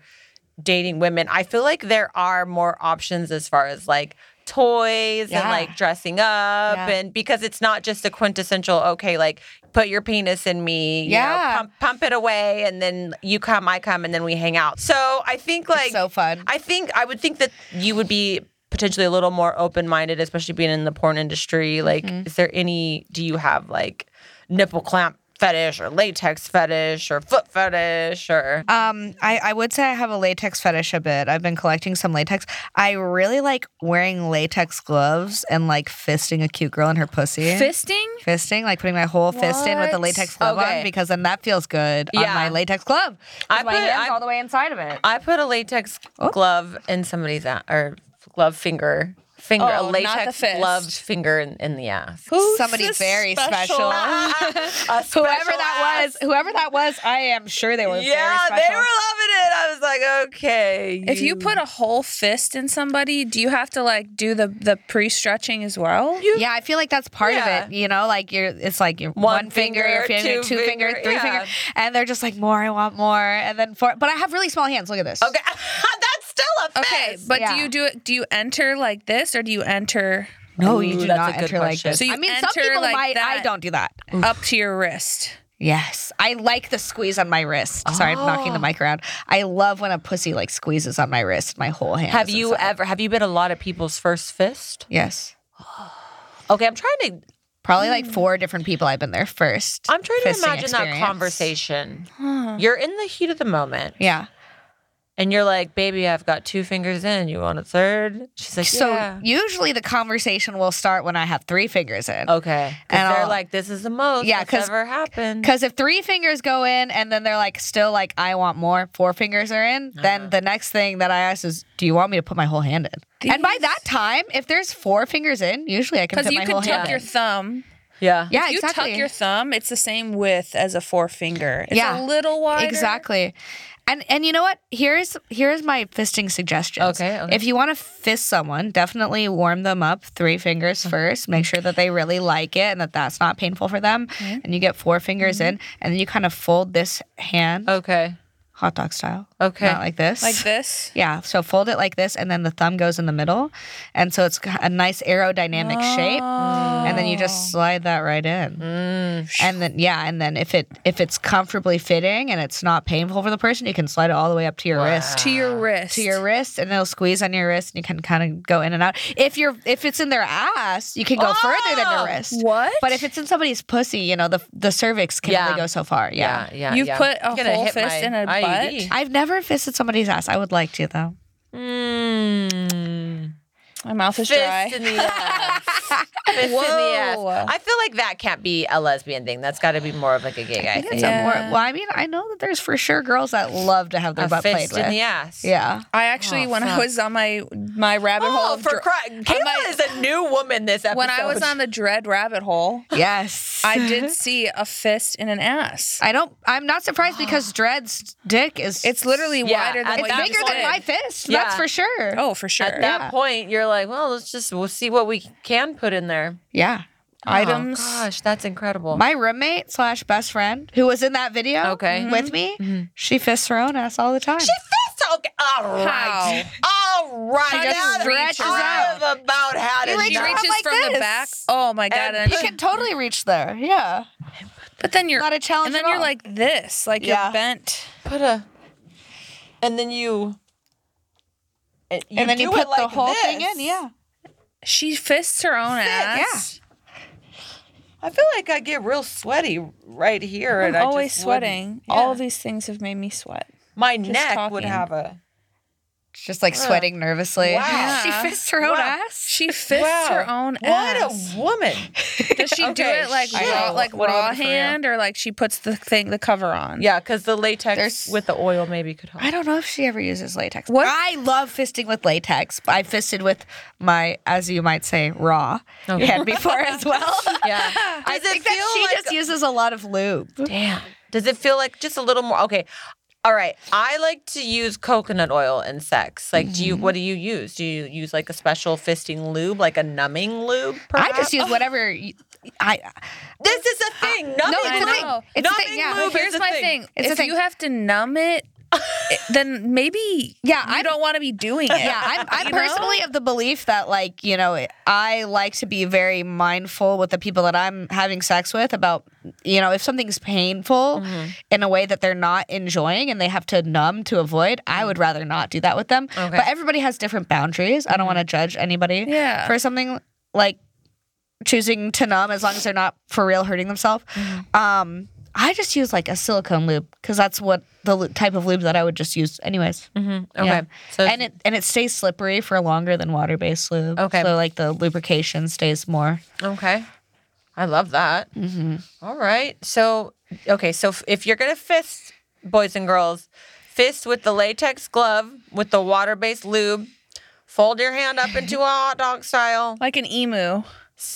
dating women, I feel like there are more options as far as like toys and
Yeah.
like dressing up
Yeah.
and because it's not just a quintessential okay like put your penis in me you know,
Yeah.
pump, pump it away and then you come i come and then we hang out so i think like
so fun.
I think I would think that you would be potentially a little more open minded, especially being in the porn industry. Like, is there any? Do you have like nipple clamp fetish or latex fetish or foot fetish or?
Um, I, I would say I have a latex fetish a bit. I've been collecting some latex. I really like wearing latex gloves and like fisting a cute girl in her pussy.
Fisting?
Fisting, like putting my whole fist in with the
What?
latex glove
Okay.
on because then that feels good on
Yeah.
my latex glove.
I
I my
put-
hands
I-
all the way inside of it.
I put a latex glove in somebody's ass or glove finger. Finger,
Oh,
a
not the
latex
fist.
gloved finger in, in the ass.
Who's
Somebody
this
very special.
Whoever
Whoever that was, whoever that was, I am sure they were
Yeah,
very special.
they were loving it. I was like, okay.
If you put a whole fist in somebody, do you have to like do the the pre stretching as well?
yeah, I feel like that's part
Yeah.
of it. You know, like you're, it's like your one, finger, your finger, two, finger, three
yeah.
finger, and they're just like more. I want more, and then four. But I have really small hands. Look at this.
Okay, that's still a fist.
Okay, but do
Yeah.
you do it? Do you enter like this, or do you enter
No, you
Ooh,
do
that's
not
a good
enter like
question.
this.
So you
I mean, some
enter
people
like
might. I
that.
don't do that.
up to your wrist?
Yes, I like the squeeze on my wrist. Sorry, I'm knocking the mic around. I love when a pussy like squeezes on my wrist. My whole hand.
Have
is
you
inside.
ever? Have you been a lot of people's first fist?
Yes.
Okay, I'm trying to
Probably like four different people I've been there first.
I'm trying to
fisting
imagine that
experience.
conversation.
Huh.
You're in the heat of the moment
Yeah.
and you're like, "Baby, I've got two fingers in. You want a third? She's like,
So
"Yeah."
usually the conversation will start when I have three fingers in.
Okay.
And
And they're
I'll-
like, this is the most yeah,
Yeah,
that's
'cause-
ever happened.
Because if three fingers go in and then they're like still like I want more, four fingers are in, then the next thing that I ask is, do you want me to put my whole hand in? And by
These-
that time, if there's four fingers in, usually I can
Because
put
you
my
can
whole
tuck
hand
your
in.
thumb.
Yeah.
yeah,
you
exactly.
tuck your thumb. It's the same width as a forefinger. It's
Yeah.
a little wider.
Exactly. And and you know what? Here's here's my fisting suggestion.
Okay, okay.
If you want to fist someone, definitely warm them up three
Mm-hmm.
fingers first. Make sure that they really like it and that that's not painful for them.
Mm-hmm.
And you get four fingers in, and then you kind of fold this hand,
Okay.
hot dog style.
Okay.
Not like this.
Oh. Like this.
Yeah, so fold it like this, and then the thumb goes in the middle, and so it's a nice aerodynamic shape,
Oh.
and then you just slide that right in,
Mm,
and then yeah, and then if it if it's comfortably fitting and it's not painful for the person, you can slide it all the way up to your wrist,
To your wrist.
Ah, to your wrist, and it'll squeeze on your wrist, and you can kind of go in and out. If you're if it's in their ass, you can go further than
Oh!
your wrist.
What?
But if it's in somebody's pussy, you know the the cervix can
Yeah.
only go so far. Yeah.
Yeah. Yeah.
You've
yeah.
put a
I'm gonna
whole
hit
fist
my E
in a
IUD.
I've never fisted somebody's ass. I would like to though.
Mm.
My mouth is
Fist
dry.
in the ass. Fist in the ass.
Whoa.
I feel like that can't be a lesbian thing. That's got to be more of like a gay guy
I think
thing.
it's
Yeah.
a more. Well, I mean, I know that there's for sure girls that love to have their
A
butt played
fist
with.
in the ass.
Yeah.
I actually,
Oh,
when I
fuck.
was on my my rabbit hole
Oh,
of
for
dr-
crying!
on
Kayla
my-
is a new woman this episode.
when I was on the dread rabbit hole,
Yes. I,
I did see a fist in an ass.
I don't. I'm not surprised because Dred's dick is.
It's literally
Yeah,
wider than
at
what
that
you
bigger
just
than
did.
my fist.
Yeah.
That's for sure.
Oh, for sure.
At that
Yeah.
point, you're like, well, let's just we'll see what we can put in there.
Yeah.
Items.
Gosh, that's incredible.
Oh, My roommate slash best friend who was in that video.
Okay.
With me, she fists her own ass all the time.
She fists okay. All right. All right.
She just
Now that
reaches
I've about had
She
enough.
she
reaches
reaches
like
from the
this.
back. Oh my god!
And
And
you can totally reach there. Yeah.
but then you're
Not a challenge
and then
at
you're
all.
like this, like
Yeah.
you're bent.
put a and then you and,
and then you
do
put
it like
the whole thing
this.
in. Yeah.
She fists her own
Fist,
ass.
I feel like I get real sweaty right here, and I
I'm
just
always
wouldn't-
sweating.
yeah.
All of these things have made me sweat.
My neck would
talking.
have a
Just like sweating nervously.
Wow.
She fists her own
Wow.
ass.
She fists
wow.
her own
what
ass.
a woman!
Does she do
Okay,
it like
I
raw,
know.
like
What
raw
about for real?
hand, or like she puts the thing, the cover on?
Yeah, because the latex
There's-
with the oil maybe could help.
I don't know if she ever uses latex.
What-
I love fisting with latex. I fisted with my, as you might say, raw hand before as well.
Yeah, Does
I
it
think that she
feel like
just uses a lot of lube.
Damn. Does it feel like just a little more? Okay. All right. I like to use coconut oil in sex. Like, do you? What do you use? Do you use like a special fisting lube, like a numbing lube?
I
perhaps? Oh,
just use whatever. You, I
This is a thing. Numbing
it's
a
lube.
thing.
It's a
numbing
thing, yeah.
lube.
But here's
is a
my
thing.
thing.
It's a
if
thing.
you have to numb it, it- then maybe
Yeah,
you
I'm-
don't want to be doing it.
yeah, I'm, I'm
You know?
personally of the belief that like you know I like to be very mindful with the people that I'm having sex with about you know if something's painful
Mm-hmm.
in a way that they're not enjoying and they have to numb to avoid.
Mm.
I would rather not do that with them.
Okay.
But everybody has different boundaries.
Mm-hmm.
I don't want to judge anybody
Yeah.
for something like choosing to numb as long as they're not for real hurting themselves. Um, I just use like a silicone lube because that's what the lu- type of lube that I would just use anyways.
Mm-hmm, Okay.
Yeah.
So
and it and it stays slippery for longer than water based lube.
Okay.
So like the lubrication stays more.
okay. I love that. Mm-hmm. right. So okay. So f- if you're gonna fist, boys and girls, fist with the latex glove with the water-based lube. Fold your hand up into a hot dog style.
Like an emu.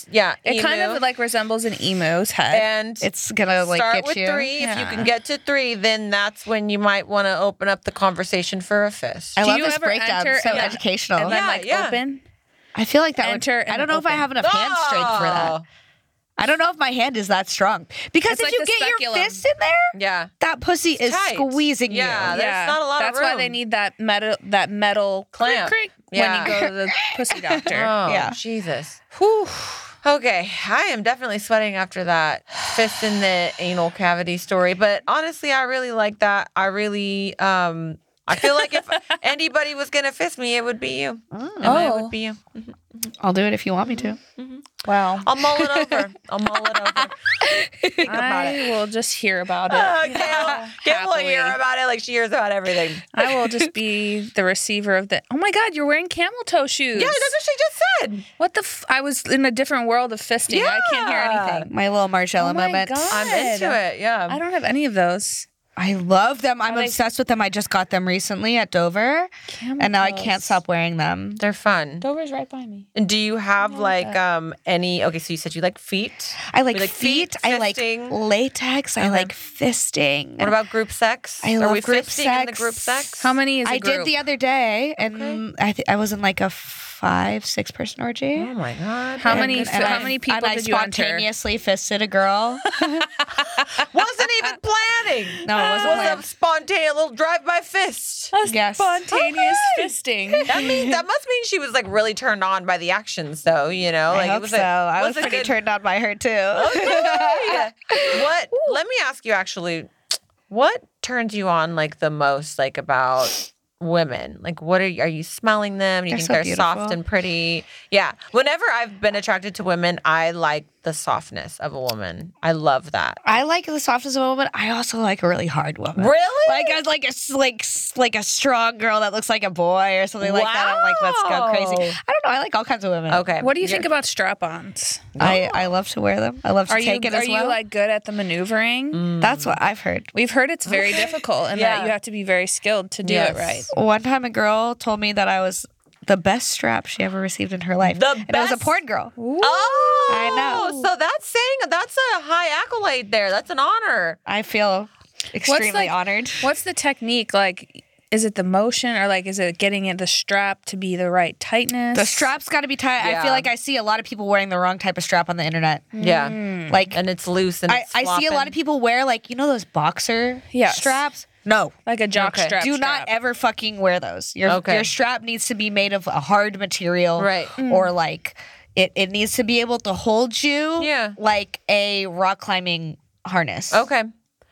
Yeah.
It kind
emu.
of like resembles an emu's head.
and
It's gonna like
start
get
with
you.
three. If you
Yeah.
can get to three, then that's when you might want to open up the conversation for a fist.
I
Do
love
you
this
ever
breakdown.
enter-
So
yeah.
educational.
and then
Yeah,
like
yeah.
open.
I feel like that would.
enter
I
and
don't know if I
open.
have enough hand strength for that.
Oh,
I don't know if my hand is that strong
It's
because if
like
you
the
get
speculum.
your fist in there,
Yeah.
that pussy is
tight.
squeezing
Yeah,
you.
There's not a lot of
That's why they
room.
need that metal that metal
Clamp.
Clink, clink,
Yeah.
When you go to the pussy doctor.
Oh,
Yeah.
Jesus. Whew. Okay, I am definitely sweating after that fist in the anal cavity story, but honestly, I really like that. I really um I feel like if anybody was gonna fist me, it would be you. Oh. It would be you.
I'll do it if you want me to.
Wow.
I'll mull it over. I'll mull it over. Think about it.
I will just hear about it.
Oh, Gail, Gail will hear
Happily.
about it like she hears about everything.
I will just be the receiver of the. Oh my God, you're wearing camel toe shoes.
Yeah, that's what she just said.
What the? F- I was in a different world of fisting. I can't hear
Yeah.
anything.
My little Margella
uh, Oh my
moments.
God.
I'm into it. Yeah.
I don't have any of those.
I love them. I'm
Are they-
obsessed with them. I just got them recently at Dover,
Camel
and now I
toes.
can't stop wearing them.
They're fun.
Dover's right by me.
And do you have like
that.
um any? Okay, so you said you like feet.
I like,
You like
feet.
feet,
I like
fisting.
latex. I like fisting.
What about group sex?
I
Are
love
we
group
fisting in the
sex.
group sex?
How many is a
I
group?
did the other day, and I th- I was in like a five six person orgy.
Oh my god.
How
And-
many-
and
so
And
how
I-
many people
and I
did you enter?
spontaneously fisted a girl.
Wasn't even planning.
No, it wasn't
Was
planned.
a spontaneous little drive by fist.
A
Yes.
Spontaneous fisting.
That means that must mean she was like really turned on by the actions, though. You know,
I
Oh, like
hope
it was
so.
A,
I was
was a
pretty
good-
turned on by her too.
Okay. what? Let me ask you actually. What turns you on like the most, like about women? Like, what are you, are you smelling them? Do you
They're
think
so
they're soft
beautiful.
and pretty? Yeah. Whenever I've been attracted to women, I like the softness of a woman. I love that.
I like the softness of a woman. I also like a really hard woman.
Really?
Like I like a s- like s- like a strong girl that looks like a boy or something like that. I'm like, let's go crazy.
Wow.
I don't know. I like all kinds of women.
Okay.
What do you
You're-
think about strap-ons?
I I love to wear them. I love to
Oh. Are you
take it
are
as well. Mm.
you like good at the maneuvering?
That's what I've heard.
We've heard it's very difficult and
Yeah.
that you have to be very skilled to do
Yes.
it right.
One time, a girl told me that I was the best strap she ever received in her life.
The
and it was a
best?
porn girl.
Oh,
I know.
So that's saying that's a high accolade there. That's an honor.
I feel extremely
like-
honored.
What's the technique? Like, is it the motion or like is it getting it the strap to be the right tightness?
The strap's got to be tight. I
Yeah.
feel like I see a lot of people wearing the wrong type of strap on the internet.
Hmm.
Yeah.
Like
And it's loose and
Mm. I,
it's
I see a lot of people wear like you know those boxer
Yes.
straps. No,
like a jock
Okay.
strap.
do not
strap.
ever fucking wear those. Your
Okay.
your strap needs to be made of a hard material,
Right.
Or like it it needs to be able to hold you,
Yeah.
like a rock climbing harness.
flapping. Okay.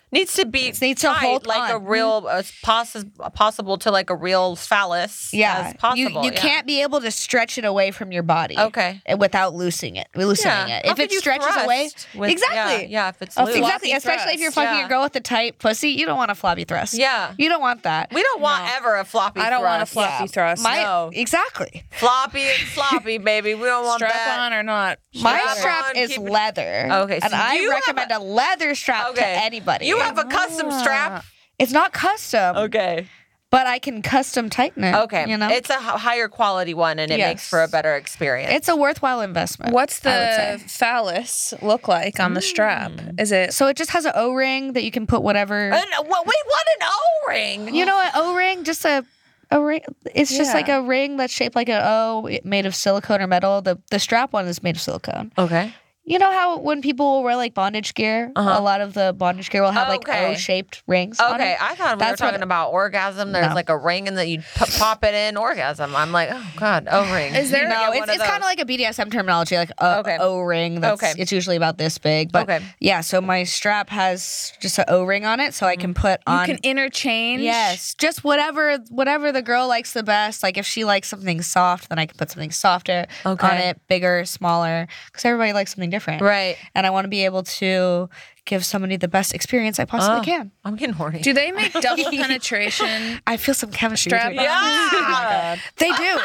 Needs to be
needs to
tight,
hold
like a
on. Mm-hmm.
real as poss- possible to like a real phallus
Yeah,
as possible.
you you
yeah.
can't be able to stretch it away from your body.
Okay.
and without loosening it, loosening
Yeah.
it.
How
If
could
it
you
stretches away,
thrust with-
exactly. Oh,
Yeah, yeah, if it's
A
loose.
flappy-
Exactly, especially if you're
thrust,
fucking
yeah.
a girl with a tight pussy, you don't want a floppy thrust.
Yeah.
you don't want that.
We don't want ever a floppy.
I don't want a
thrust.
floppy thrust.
My
No.
exactly.
Floppy and sloppy, baby. We don't want
strap
that.
on or not.
My
Strap
strap
on,
is
keep it-
leather.
Okay, so
and I
you have
recommend a, leather strap
Okay.
to anybody.
You have a custom strap.
it's not custom,
Okay.
but I can custom tighten it.
Okay.
you know,
It's a h- higher quality one and it makes
Yes.
for a better experience.
it's a worthwhile investment.
What's
I would
the
say.
phallus look like on the strap? Is it
So it just has an O ring that you can put whatever.
An, what, wait, what an O ring?
you know, an O ring, just a. A ring, it's just
Yeah.
like a ring that's shaped like an O, made of silicone or metal. The the strap one is made of silicone.
Okay.
You know how when people will wear like bondage gear, a lot of the bondage gear will have like
Uh-huh. Okay.
O shaped rings. on
Okay.
it.
I thought we
That's
were
what-
talking about orgasm. There's
No.
like a ring and then you p- pop it in orgasm. I'm like, oh God, O ring.
Is there-
You
No,
get
No,
one
it's, it's kind of
those.
like a BDSM terminology, like a,
Okay.
O ring. That's,
Okay.
It's usually about this big. But
Okay.
yeah, so my strap has just an O ring on it, so I
Mm-hmm.
can put
you
on.
can interchange?
Yes, just whatever whatever the girl likes the best. Like if she likes something soft, then I can put something softer
Okay.
on it, bigger, smaller, because everybody likes something different.
right.
And I want to be able to give somebody the best experience I possibly
Oh,
can.
I'm getting horny.
Do they make double penetration?
I feel some chemistry.
Strap on.
between us.
yeah.
They do.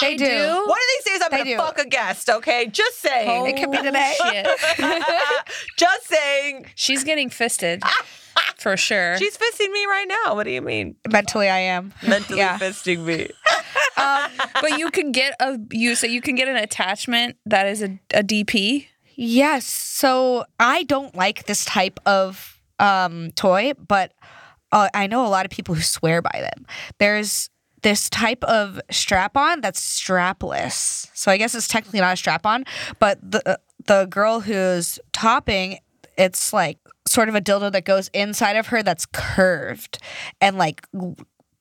they do.
do?
One of these days I'm
They
gonna
do.
fuck a guest. Okay, just saying.
It could be
Holy
today.
shit.
just saying.
She's getting fisted for sure.
She's fisting me right now. What do you mean?
Mentally, I am.
Mentally
Yeah.
fisting me.
but you can get a you so you can get an attachment that is a, a DP.
Yes. So I don't like this type of um, toy, but uh, I know a lot of people who swear by them. There's this type of strap on that's strapless. So I guess it's technically not a strap on, but the uh, the girl who's topping, it's like sort of a dildo that goes inside of her that's curved and like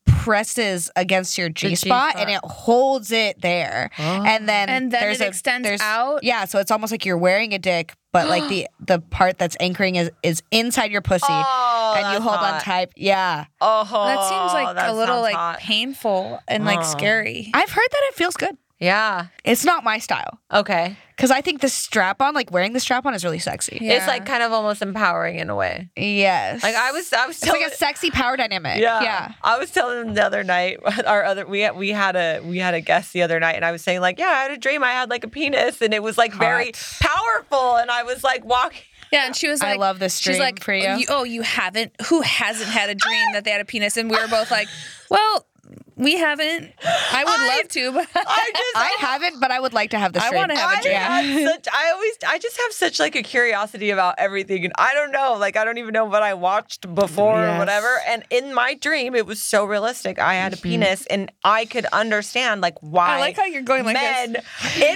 presses against your G spot and it holds it there. And then
And then
there's
it
a-
extends
there's-
out?
yeah, so it's almost like you're wearing a dick, but like the the part that's anchoring is is inside your pussy,
Oh,
and you
that's
hold on
hot.
tight. Yeah.
Oh,
that seems like
that
a little
sounds
like
hot.
painful and like scary.
I've heard that it feels good.
yeah.
It's not my style.
Okay.
Cause I think the strap on, like wearing the strap on, is really sexy.
It's like kind of almost empowering in a way.
Yes.
Like I was, I was
It's
telling,
like a sexy power dynamic.
yeah,
Yeah.
I was telling them the other night. Our other, we had, we had a, we had a guest the other night, and I was saying like, yeah, I had a dream. I had like a penis, and it was like very powerful, and I was like walking.
Yeah, and she was
I
like,
love this
She's
dream
like,
for you.
"Oh, Oh, you haven't? Who hasn't had a dream that they had a penis? And we were both like, well, we haven't. I would love to, but
I just,
I haven't, but I would like to have this.
I wanna have a
I
dream.
had such, I always, I just have such like a curiosity about everything, and I don't know, like I don't even know what I watched before or
Yes.
whatever. And in my dream, it was so realistic. I had a penis, and I could understand like why.
Mm-hmm. I like how you're going like this.
men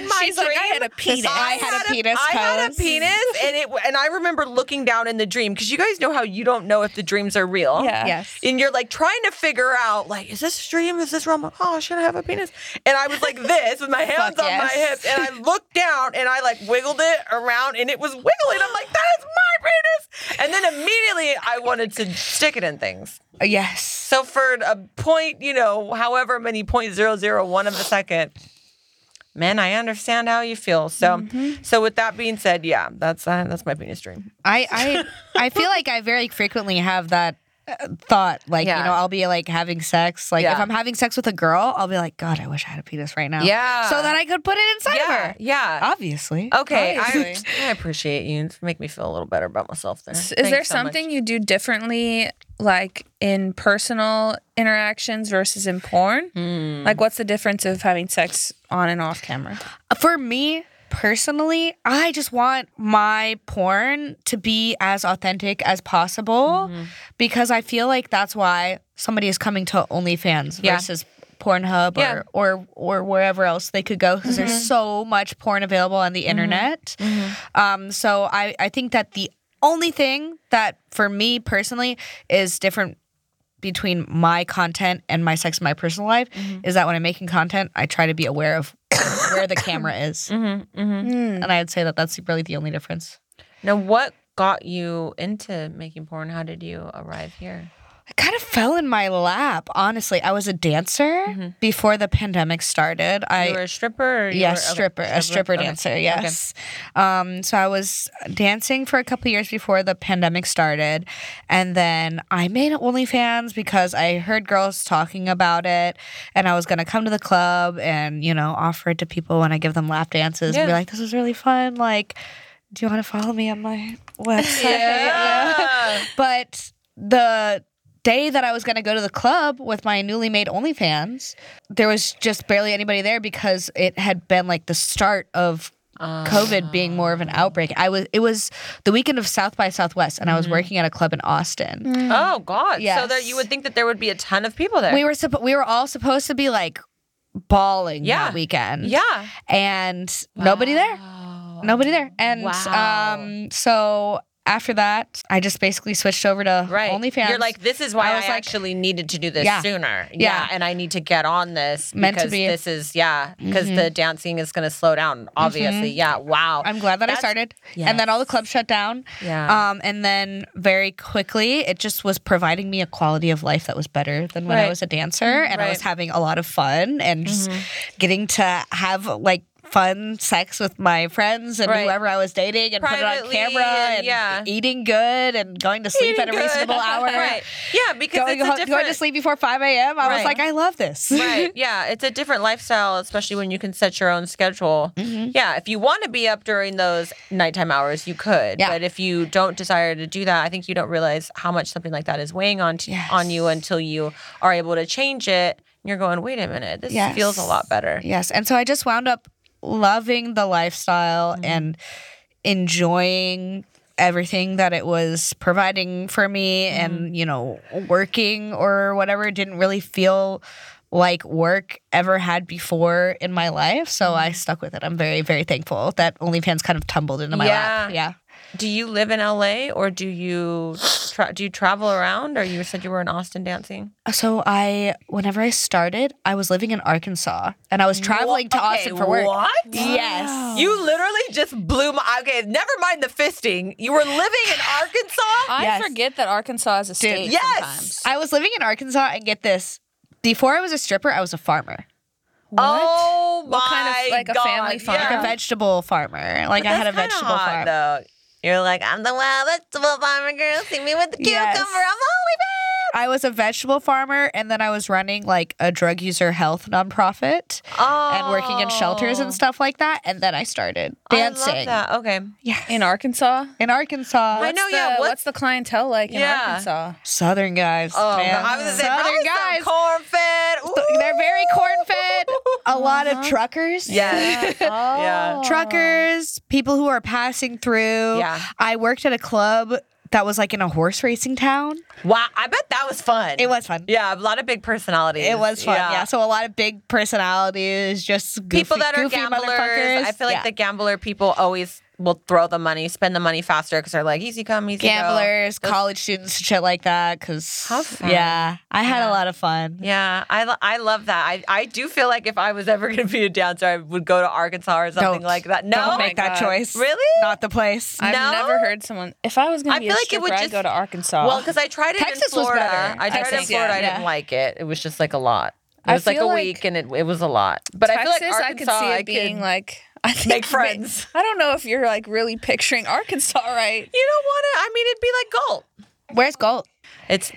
in my
She's
dream.
like, "I had a penis."
I had a penis
I had a
pose.
penis, and it and I remember looking down in the dream because you guys know how you don't know if the dreams are real.
Yeah.
Yes.
And you're like trying to figure out, like, is this a dream? Is this real? Oh, should I have a penis? And I was like this with my hands
Fuck
on my hips,
yes.
and I looked down and I like wiggled it around, and it was wiggling. I'm like, that is my penis. And then immediately I wanted to stick it in things.
Yes.
So for a point, you know, however many point zero zero one of a second, man, I understand how you feel. So,
Mm-hmm.
so with that being said, yeah, that's uh, that's my penis dream.
I I I feel like I very frequently have that uh, thought. Like
Yeah.
you know, I'll be like having sex. Like if
Yeah.
I'm having sex with a girl, I'll be like, God, I wish I had a penis right now.
Yeah.
So that I could put it inside of
Yeah, Oh.
her.
yeah.
Oh, Obviously.
Okay, I,
Obviously.
I appreciate you. It's make me feel a little better about myself. There.
Is there something you do differently, like in personal interactions versus in porn? Like, what's the difference of having sex on and off camera?
For me personally, I just want my porn to be as authentic as possible
Mm-hmm.
because I feel like that's why somebody is coming to OnlyFans
Yeah.
versus Pornhub or,
Yeah. Mm-hmm.
or or wherever else they could go because there's so much porn available on the internet. Um, so I, I think that the only thing that for me personally is different between my content and my sex in my personal life is that when I'm making content, I try to be aware of where the camera
mm-hmm,
is. And I'd say that that's really the only difference.
Now, what got you into making porn? How did you arrive here?
It kind of fell in my lap, honestly. I was a dancer before the pandemic started. I
You were a stripper. Or you were-
yeah,
okay,
stripper, a stripper
okay,
dancer.
okay.
Yes. Um, so I was dancing for a couple years before the pandemic started, and then I made OnlyFans because I heard girls talking about it, and I was gonna come to the club and you know offer it to people when I give them lap dances and be
Yeah.
like, "This is really fun." Like, do you want to follow me on my website?
Yeah.
But the day that I was going to go to the club with my newly made OnlyFans, there was just barely anybody there because it had been like the start of COVID being more of an
Ah.
outbreak. I was it was the weekend of South by Southwest and I
Mm-hmm.
was working at a club in Austin.
Oh God! So that
Yes.
you would think that there would be a ton of people there.
We were suppo- we were all supposed to be like bawling
Yeah.
that weekend.
yeah.
And nobody there. Nobody there. And
Wow.
um so after that, I just basically switched over to
Right.
OnlyFans.
You're like, this is why I,
I was like-
actually needed to do this
Yeah.
sooner.
Yeah.
And I need to get on this
Meant to
because
be. Mm-hmm.
this is yeah, because the dancing is gonna slow down, obviously. Yeah. Wow.
I'm glad that I
That's-
started. And then all the clubs shut down.
Yeah.
Um, and then very quickly, it just was providing me a quality of life that was better than when I
Right. Mm-hmm.
was a dancer. And I was
Right. Mm-hmm.
having a lot of fun and just getting to have like fun sex with my friends and
Right.
whoever I was dating and
Privately
put it on camera
and-
and
yeah.
eating good and going to sleep at a
Eating good.
reasonable hour.
right. Yeah, because
Going,
it's a
ho-
different
going to sleep before 5 a.m. I was
Right.
like, I love this.
right. Yeah, it's a different lifestyle, especially when you can set your own schedule.
Mm-hmm.
Yeah, if you want to be up during those nighttime hours, you could.
Yeah.
But if you don't desire to do that, I think you don't realize how much something like that is weighing on t-
Yes.
on you until you are able to change it. And you're going, wait a minute, this
Yes.
feels a lot better.
Yes. And so I just wound up loving the lifestyle
Mm-hmm.
and enjoying everything that it was providing for me
Mm-hmm.
and, you know, working or whatever It didn't really feel like work ever had before in
Mm-hmm.
my life. So I stuck with it. I'm very, very thankful that OnlyFans kind of tumbled into my lap.
Yeah.
Yeah.
do you live in LA or do you tra- do you travel around? Or you said you were in Austin dancing?
So I, whenever I started, I was living in Arkansas and I was traveling to
Okay,
Austin for work.
What?
Yes.
You literally just blew my. Okay, never mind the fisting. You were living in Arkansas.
I
Yes.
forget that Arkansas is a state.
yes.
Sometimes.
I was living in Arkansas and get this. Before I was a stripper, I was a farmer,
What?
Oh my
What kind of- like a
God,
family farm?
like
Yeah.
a vegetable farmer. Like I had a
That's kinda
vegetable
hot,
farm.
Though. You're like, I'm the wild vegetable farmer girl. See me with the cucumber.
Yes.
I'm the holy
I was a vegetable farmer and then I was running like a drug user health nonprofit
man. Oh,
and working in shelters and stuff like that. And then I started dancing.
I love that. Okay.
Yes.
In Arkansas?
in Arkansas.
I know,
What's the-
yeah, what-
What's the clientele like in
Yeah.
Arkansas?
Southern guys.
Oh,
man.
I was gonna say,
Southern
probably
guys.
some corn fed.
Th- They're very corn fed. A lot of
Uh-huh.
truckers.
Yes.
Oh.
Yeah.
Truckers, people who are passing through.
Yeah.
I worked at a club that was like in a horse racing town.
Wow. I bet that was fun.
It was fun.
Yeah, a lot of big personalities.
It was fun. Yeah. So a lot of big personalities, just goofy,
people that are
goofy
gamblers.
motherfuckers.
I feel like
Yeah.
the gambler people always will throw the money, spend the money faster because they're like easy come, easy go.
gamblers, college students, shit like that. Cause
How fun.
yeah, I had
Yeah.
a lot of fun.
Yeah, I, lo- I love that. I, I do feel like if I was ever going to be a dancer, I would go to Arkansas or something
Don't.
like that. No,
Don't
my
make that
God.
choice.
Oh Really?
Not the place.
I've
No?
never heard someone. If I was going
I
to be a
feel like it
stripper,
would
I'd
just-
go to Arkansas.
well, because I tried it
Texas
in
was
Florida.
better.
I tried
Texas,
it in Florida.
yeah.
I didn't
Yeah.
like it. It was just like a lot. It
I
was like a
feel like
week, and it, it was a lot. But
Texas,
I feel like Arkansas,
could see it
I
being
could-
like I think
make
ma-
friends.
I don't know if you're like really picturing Arkansas right.
you don't want to. I mean, it'd be like Gulp.
Where's Gold?
It's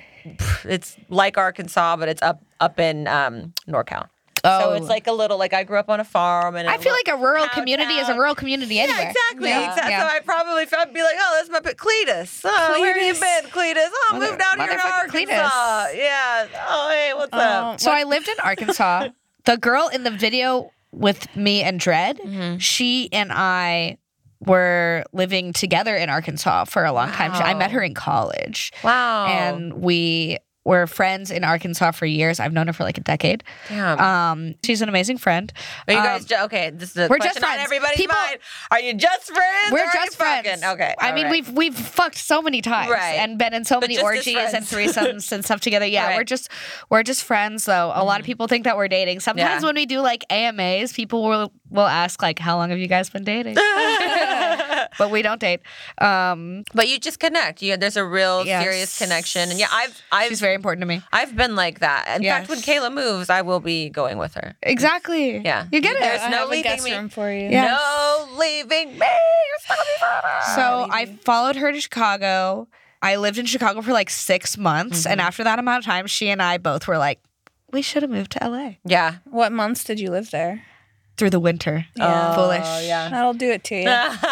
it's like Arkansas, but it's up up in um, NorCal. So
Oh.
it's like a little like I grew up on a farm, and
I
it
feel
wa-
like a rural
Cowtown.
community is a rural community
Yeah,
anywhere.
exactly.
Yeah.
exactly.
Yeah.
So I probably I'd be like, oh, that's my pet Cletus. Oh, where have you
Cletus.
been, Cletus? Oh, I
Mother-
moved out here to
motherfucking
Arkansas.
Cletus.
Yeah. Oh, hey, what's up?
Um,
So I lived in Arkansas. the girl in the video with me and Dread, Mm-hmm. she and I were living together in Arkansas for a long time. She- I met
Wow.
her in college
Wow.
and we were friends in Arkansas for years. I've known her for like a decade.
Damn.
Um, she's an amazing friend.
Are you
um,
guys ju- okay? This is a
we're
question
just
on
friends.
everybody's
People-
mind. Are you just friends? or
We're
are you
just friends.
fucking? Okay.
I
all
mean,
right.
we've we've fucked so many times,
Right.
and been in so
But
many
just as
orgies and
friends.
threesomes and stuff together. Yeah,
Right. Mm.
we're just we're just friends, though. A lot of people think that we're dating. Sometimes
Yeah.
when we do like AMAs, people will will ask like, "How long have you guys been dating?" but we don't date. Um,
but you just connect. You there's a real
Yes.
serious connection, and yeah, I've I've
she's very important to me.
I've been like that. In fact, when
Yes.
Kayla moves, I will be going with her.
Exactly.
Yeah.
you get
There's
it.
I
no
have a
leaving
guest
me.
room for you.
Yeah. Yes.
No leaving me. You're stuck with me forever.
So I followed her to Chicago. I lived in Chicago for like six months,
Mm-hmm.
and after that amount of time, she and I both were like, "We should have moved to LA."
yeah.
What months did you live there?
Through the winter,
Yeah.
foolish.
Uh,
That'll do it to you.
Two Arkansas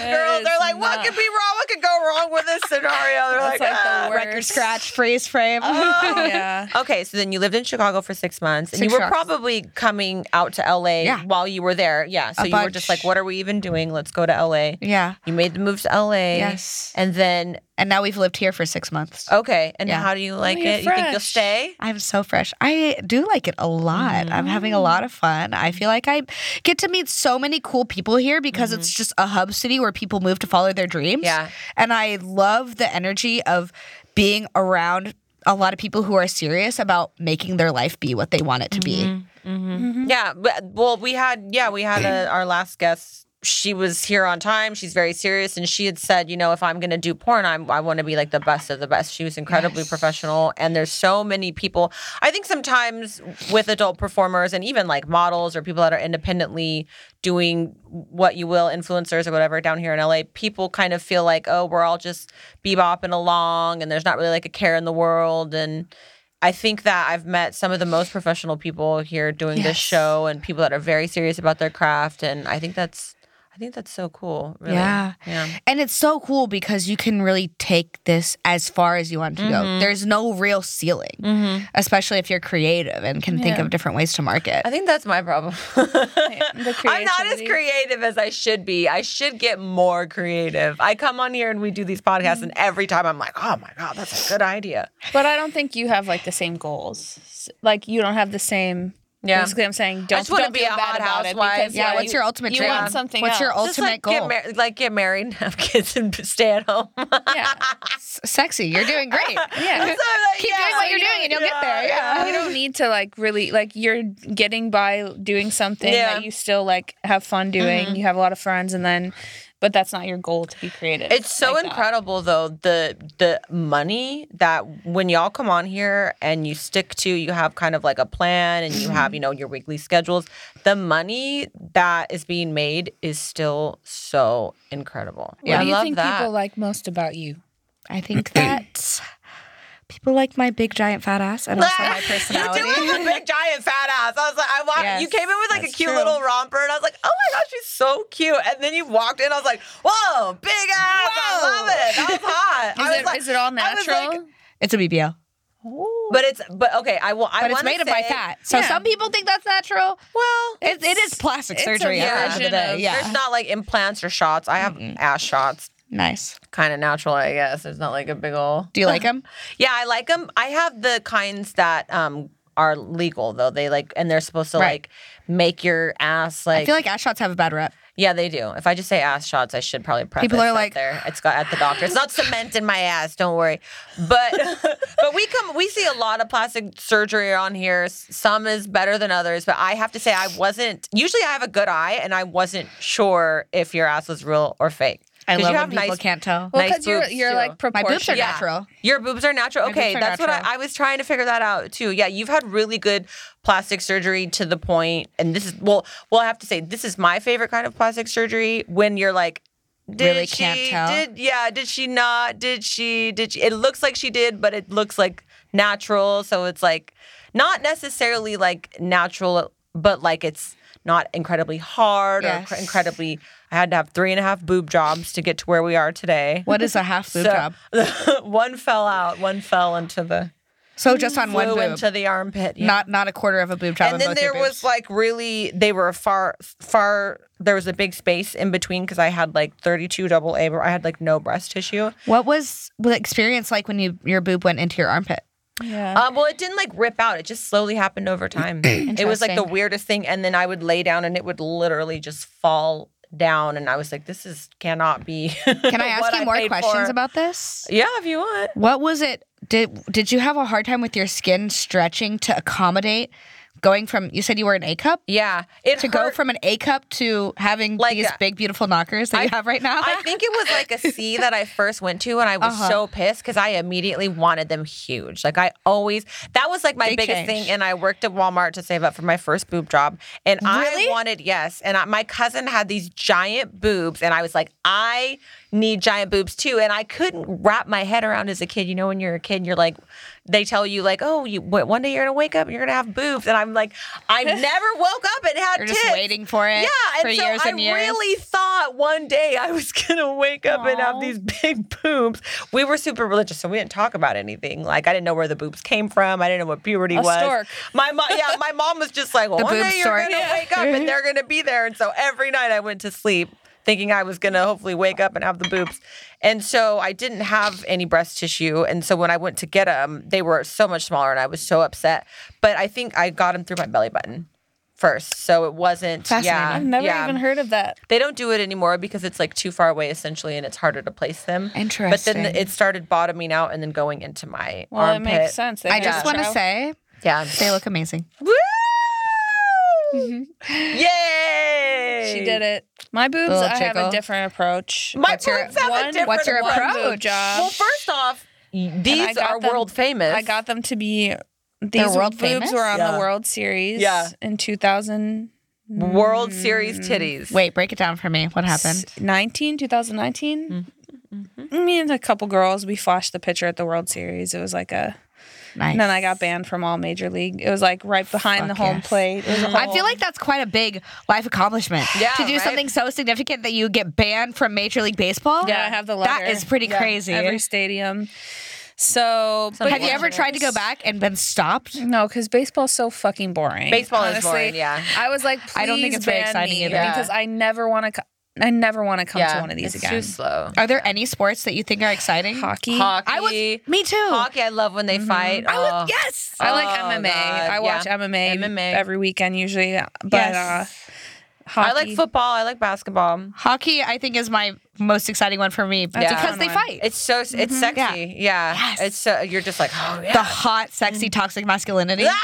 girls. They're
is
like, what
not-
could be wrong? What could go wrong with this scenario? They're like,
That's like the
"Ah."
worst.
record scratch freeze frame.
Oh. yeah.
Okay, so then you lived in Chicago for six months, and
Six
you were
months.
probably coming out to LA
Yeah.
while you were there. Yeah, so
A
you were just like,
bunch.
"What are we even doing? Let's go to LA."
yeah.
You made the move to LA.
Yes.
and then
And now we've lived here for six months.
okay, and
Yeah.
how do you like
you're
it? You think you'll
fresh.
stay?
I'm so fresh. I do like it a lot. I'm having a lot of fun. I feel like I get to meet so many cool people here because it's just a hub city where people move to follow their dreams.
Yeah.
And I love the energy of being around a lot of people who are serious about making their life be what they want it to be.
Yeah, but, well, we had yeah, we had a, our last guest. She was here on time. She's very serious, and she had said, you know, if I'm going to do porn, I'm, I want to be like the best of the best. She was incredibly professional, and there's so many people. I think sometimes with adult performers and even like models or people that are independently doing what you will, influencers or whatever down here in LA, people kind of feel like, oh, we're all just bebopping along, and there's not really like a care in the world, and I think that I've met some of the most professional people here doing this
Yes.
show and people that are very serious about their craft and I think that's I think that's so cool. Really.
Yeah.
Yeah.
And it's so cool because you can really take this as far as you want to go. There's no real ceiling, especially if you're creative and can think
Yeah.
of different ways to market.
I think that's my problem.
The
I'm not as
creativity.
creative as I should be. I should get more creative. I come on here and we do these podcasts and every time I'm like, "Oh my god, that's a good idea."
But I don't think you have like the same goals. Like you don't have the same
Yeah.
Basically, I'm saying don't,
just wanna
don't
be
feel
a
bad
hot
about it.
housewife.
because,
Yeah,
Yeah,
you-
what's your ultimate
you
dream?
want something
What's your
else.
Just like
ultimate
get
goal?
mar- like get married, have kids, and stay at home.
yeah.
S- Sexy. You're doing great.
Yeah.
So, like,
Keep
yeah,
doing what you're
you
doing and
know,
you'll get there.
you
Yeah.
don't need to like really like you're getting by doing something
Yeah.
that you still like have fun doing.
Mm-hmm.
You have a lot of friends, and then, but that's not your goal to be creative.
It's so
like that.
incredible though the the money that when y'all come on here and you stick to you have kind of like a plan and you have you know your weekly schedules the money that is being made is still so incredible.
What
I
do you
love
think
that.
people like most about you?
I think that people like my big giant fat ass and also my personality.
You do have a big giant fat ass. I was like, I walked. you
Yes,
came in with like a
that's
cute
true.
little romper, and I was like, oh my gosh, she's so cute. And then you walked in, I was like, whoa, big ass.
Whoa.
I love it. That was hot. I
Is
was
it,
like,
is it all
I was
natural?
like,
It's a BBL.
but it's but okay. I will. I
But it's
wanna
made of my
say-
fat. So
Yeah.
some people think that's natural.
Well,
It, it is plastic
it's a
surgery at the end of the
version
day.
of-
yeah.
there's not like implants or shots. I have ass shots.
Nice.
Kind of natural, I guess. There's not like a big ol'
Do you like him?
Yeah, I like them. I have the kinds that um are legal though. They like and they're supposed to
Right.
like make your ass like,
I feel like ass shots have a bad rep.
yeah they do. If I just say ass shots, I should probably preface
People are
that
like-
there. It's got at the doctor. It's not cement in my ass. Don't worry. But but we come we see a lot of plastic surgery on here. S- Some is better than others. But I have to say I wasn't. Usually I have a good eye and I wasn't sure if your ass was real or fake.
I
'Cause
love
you
when
have
people
nice
can't tell.
Well,
nice
because you're
boobs,
you're
too.
like
My
proportionate.
boobs are
Yeah.
natural.
Your boobs are natural.
boobs
Okay,
are
that's what
natural.
I, I was trying to figure that out too. Yeah, you've had really good plastic surgery to the point, and this is well, well, I have to say this is my favorite kind of plastic surgery when you're like. Did
Really
she,
can't tell?
Did yeah? Did she not? Did she? Did she? It looks like she did, but it looks like natural. So it's like not necessarily like natural, but like it's not incredibly hard
Yes.
or cr- incredibly. I had to have three and a half boob jobs to get to where we are today.
What is a half boob job?
one fell out, one fell into the
So just on one
flew
boob,
into the armpit. yeah.
not not a quarter of a boob job. on
and then
both your
there was
boobs.
like really they were far far there was a big space in between because I had like 32 double A but I had like no breast tissue.
what was the experience like when you your boob went into your armpit?
Yeah.
Um, well it didn't like rip out. It just slowly happened over time. it was like the
Interesting.
weirdest thing and then I would lay down and it would literally just fall down and I was like this is cannot be
Can I ask
what
you more
paid
questions
for.
about this?
Yeah, if you want.
What was it? Did did you have a hard time with your skin stretching to accommodate going from? You said you were an A cup
Yeah. It
to go
hurt.
from an A cup to having
Like
these
a-
big beautiful knockers that you have right now.
I think it was like a C that I first went to, and I was
Uh-huh.
so pissed because I immediately wanted them huge. Like I always, that was like my
Big
biggest
change.
thing. And I worked at Walmart to save up for my first boob job, and I
Really?
wanted yes. And I, my cousin had these giant boobs, and I was like, I need giant boobs too. And I couldn't wrap my head around as a kid. You know, when you're a kid, you're like. They tell you like, oh, you what, one day you're gonna wake up and you're gonna have boobs, and I'm like, I never woke up and had
You're
tits.
just waiting for it.
Yeah, and
for
so
years
I
and years.
really thought one day I was gonna wake up and have
Aw.
these big boobs. We were super religious, so we didn't talk about anything. Like I didn't know where the boobs came from. I didn't know what puberty
A
was.
stork.
My mom, yeah, my mom was just like, "Well,
The
one
boob
day you're
stork.
gonna wake up and they're gonna be there." And so every night I went to sleep thinking I was gonna hopefully wake up and have the boobs. And so I didn't have any breast tissue. And so when I went to get them, they were so much smaller, and I was so upset. But I think I got them through my belly button. First, so it wasn't. Yeah,
Fascinating.
I've never
yeah.
even heard of that.
They don't do it anymore because it's like too far away essentially and it's harder to place them. But
Interesting.
then it started bottoming out and then going into my
Well,
armpit.
it makes sense. They
I
had a
just want to
child.
say
Yeah.
they look amazing.
Woo! Yay!
Mm-hmm. She did it. My boobs,
Little
I have
jiggle.
a different approach.
My
What's your-
boobs have a
one-
different
what's your
one.
approach?
One boob job.
Well, first off,
And I
these
got
are
them-
world famous.
I got them to be these
world
boobs
famous?
were on
Yeah.
the World Series
Yeah.
in 2000
World Series
Mm-hmm.
titties.
Wait, break it down for me. What happened?
19 2019
Mm-hmm.
Mm-hmm. me and a couple girls we flashed the picture at the world series it was like a
Nice.
and then i got banned from all major league it was like right behind the
Fuck
home
yes.
plate It was a
I
whole-
feel like that's quite a big life accomplishment.
Yeah,
to do
right?
something so significant that you get banned from Major League Baseball.
yeah i have the letter
That is pretty
Yeah,
crazy.
every stadium so but
have you ever tried to go back and been stopped?
no because baseball's so fucking boring
Baseball is
honestly.
boring, yeah.
i was like Please
I don't think it's very
ban
exciting
me,"
either.
Yeah.
because i never want to I never want to come to one of these
it's
again.
Too slow.
Are there any sports that you think are exciting?
Hockey.
Hockey.
I was me too.
Hockey. I love when they
Mm-hmm.
fight.
I
Oh.
was yes.
I like
Oh,
MMA.
God,
I watch
yeah.
MMA,
MMA.
every weekend usually. uh, But
Yes.
uh, hockey.
I like football. I like basketball.
Hockey, I think, is my most exciting one for me
That's a
because
fun
they
one.
fight.
It's so it's sexy.
Yeah.
Mm-hmm. Yeah.
Yes.
It's so you're just like, oh yeah.
the hot, sexy, toxic masculinity.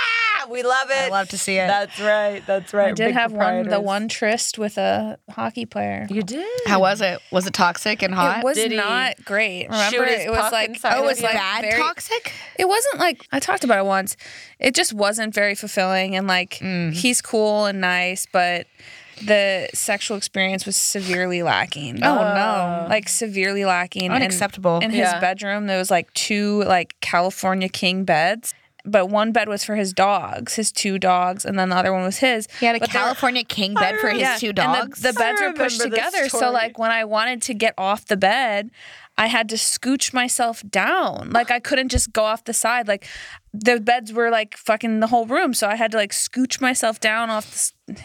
Ah, we love it.
I love to see it.
That's right. That's right.
I did
Big
have one the
proprietors.
one tryst with a hockey player.
you did.
How was it? Was it toxic and hot?
It was
Did he
not great. Remember,
shoot his
it was
puck
like
inside
it
of
was
you?
like
bad
very,
toxic.
It wasn't like I talked about it once. It just wasn't very fulfilling, and like
Mm.
he's cool and nice, but the sexual experience was severely lacking.
Oh, no.
like severely lacking, and-
Unacceptable.
In
Yeah.
his bedroom, there was like two like California king beds. But one bed was for his dogs, his two dogs, and then the other one was his.
He had a
But there-
California king bed for his
yeah,
two
and the-
dogs.
the, beds
I
were pushed
remember this
together. So
story.
like when I wanted to get off the bed, I had to scooch myself down. Like I couldn't just go off the side. Like the beds were like fucking the whole room. So I had to like scooch myself down off the. s-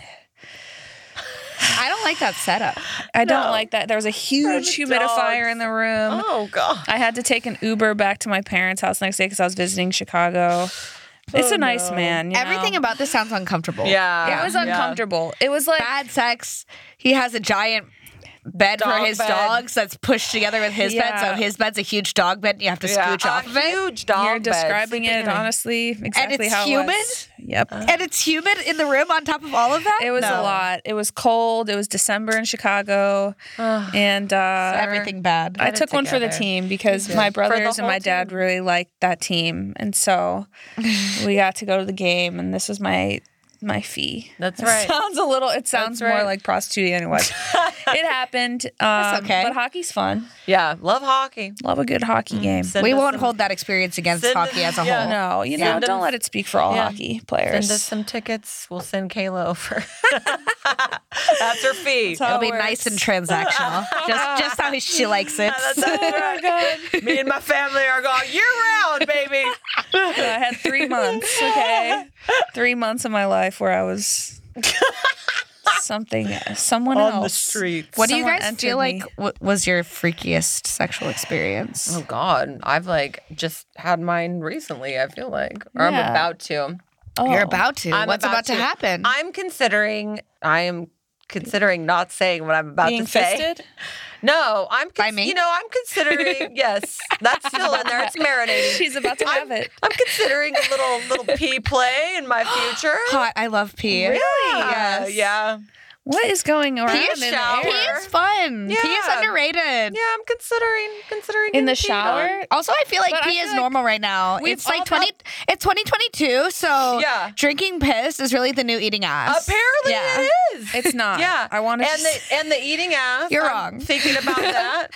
I don't like that setup.
I don't
No.
like that. There was a huge
the
humidifier
dogs.
in the room.
Oh god.
I had to take an Uber back to my parents' house next day because I was visiting Chicago. It's
Oh,
a nice man. you
Everything
know?
about this sounds uncomfortable.
Yeah.
it was
Yeah.
uncomfortable. It was like
Bad sex. He has a giant bed for
Dog
his
bed.
dogs that's pushed together with his bed.
Yeah.
So his bed's a huge dog bed and you have to
Yeah.
scooch off
A
of it.
Huge dog.
you're
beds.
describing it honestly exactly
it's
how it
humid? Oh.
was. Yep.
And it's humid in the room on top of all of that?
It was a
No.
lot. It was cold. It was December in Chicago, and uh,
Everything bad.
I took one for the
together.
team because my brothers and
whole
my dad
team.
really liked that team, and so we got to go to the game, and this was my my fee.
That's
It
right.
sounds a little. It sounds more like prostituting anyway. it happened. Um,
okay.
But hockey's fun.
Yeah. Love hockey.
Love a good hockey game.
Mm, Send
we
us
won't
some-
hold that experience against
Send us-
hockey as a
yeah.
whole.
No, you know,
Send
don't
us-
let it speak for all
yeah.
hockey players.
Send us some tickets. We'll send Kayla over. That's her fee.
how
It'll be
it works.
nice and transactional. just just how she likes it.
That's right. Me and my family are going year round, baby.
I had three months, okay? Three months of my life where I was something, someone else.
What do you
Someone
guys
entered
feel
me.
like w- was your freakiest sexual experience?
Oh God, I've like just had mine recently. I feel like, or
Yeah.
I'm about to.
Oh.
You're about to.
I'm
What's about, to, happen?
I'm considering. I am considering not saying what I'm about
being
to say.
fisted?
No, I'm.
By
cons-
me?
You know, I'm considering. yes, that's still in there. It's marinating.
She's about to have it.
I'm considering a little little pee play in my future.
Hot. I love pee.
Yeah,
Yes.
yeah.
What is going around
Pee
in
is,
the air?
shower.
pee is fun. Pee is
Yeah.
underrated.
Yeah, I'm considering considering
In the
getting peed on.
shower?
Also, I feel like
But I
pee
feel
is
like
normal right now.
we've
It's like
all
twenty. it's twenty twenty two.
Oh,
So
Yeah.
drinking piss is really the new eating ass.
Apparently
Yeah.
it is.
It's not.
Yeah,
I want to.
and the and the eating ass.
You're
I'm
wrong.
Thinking about that,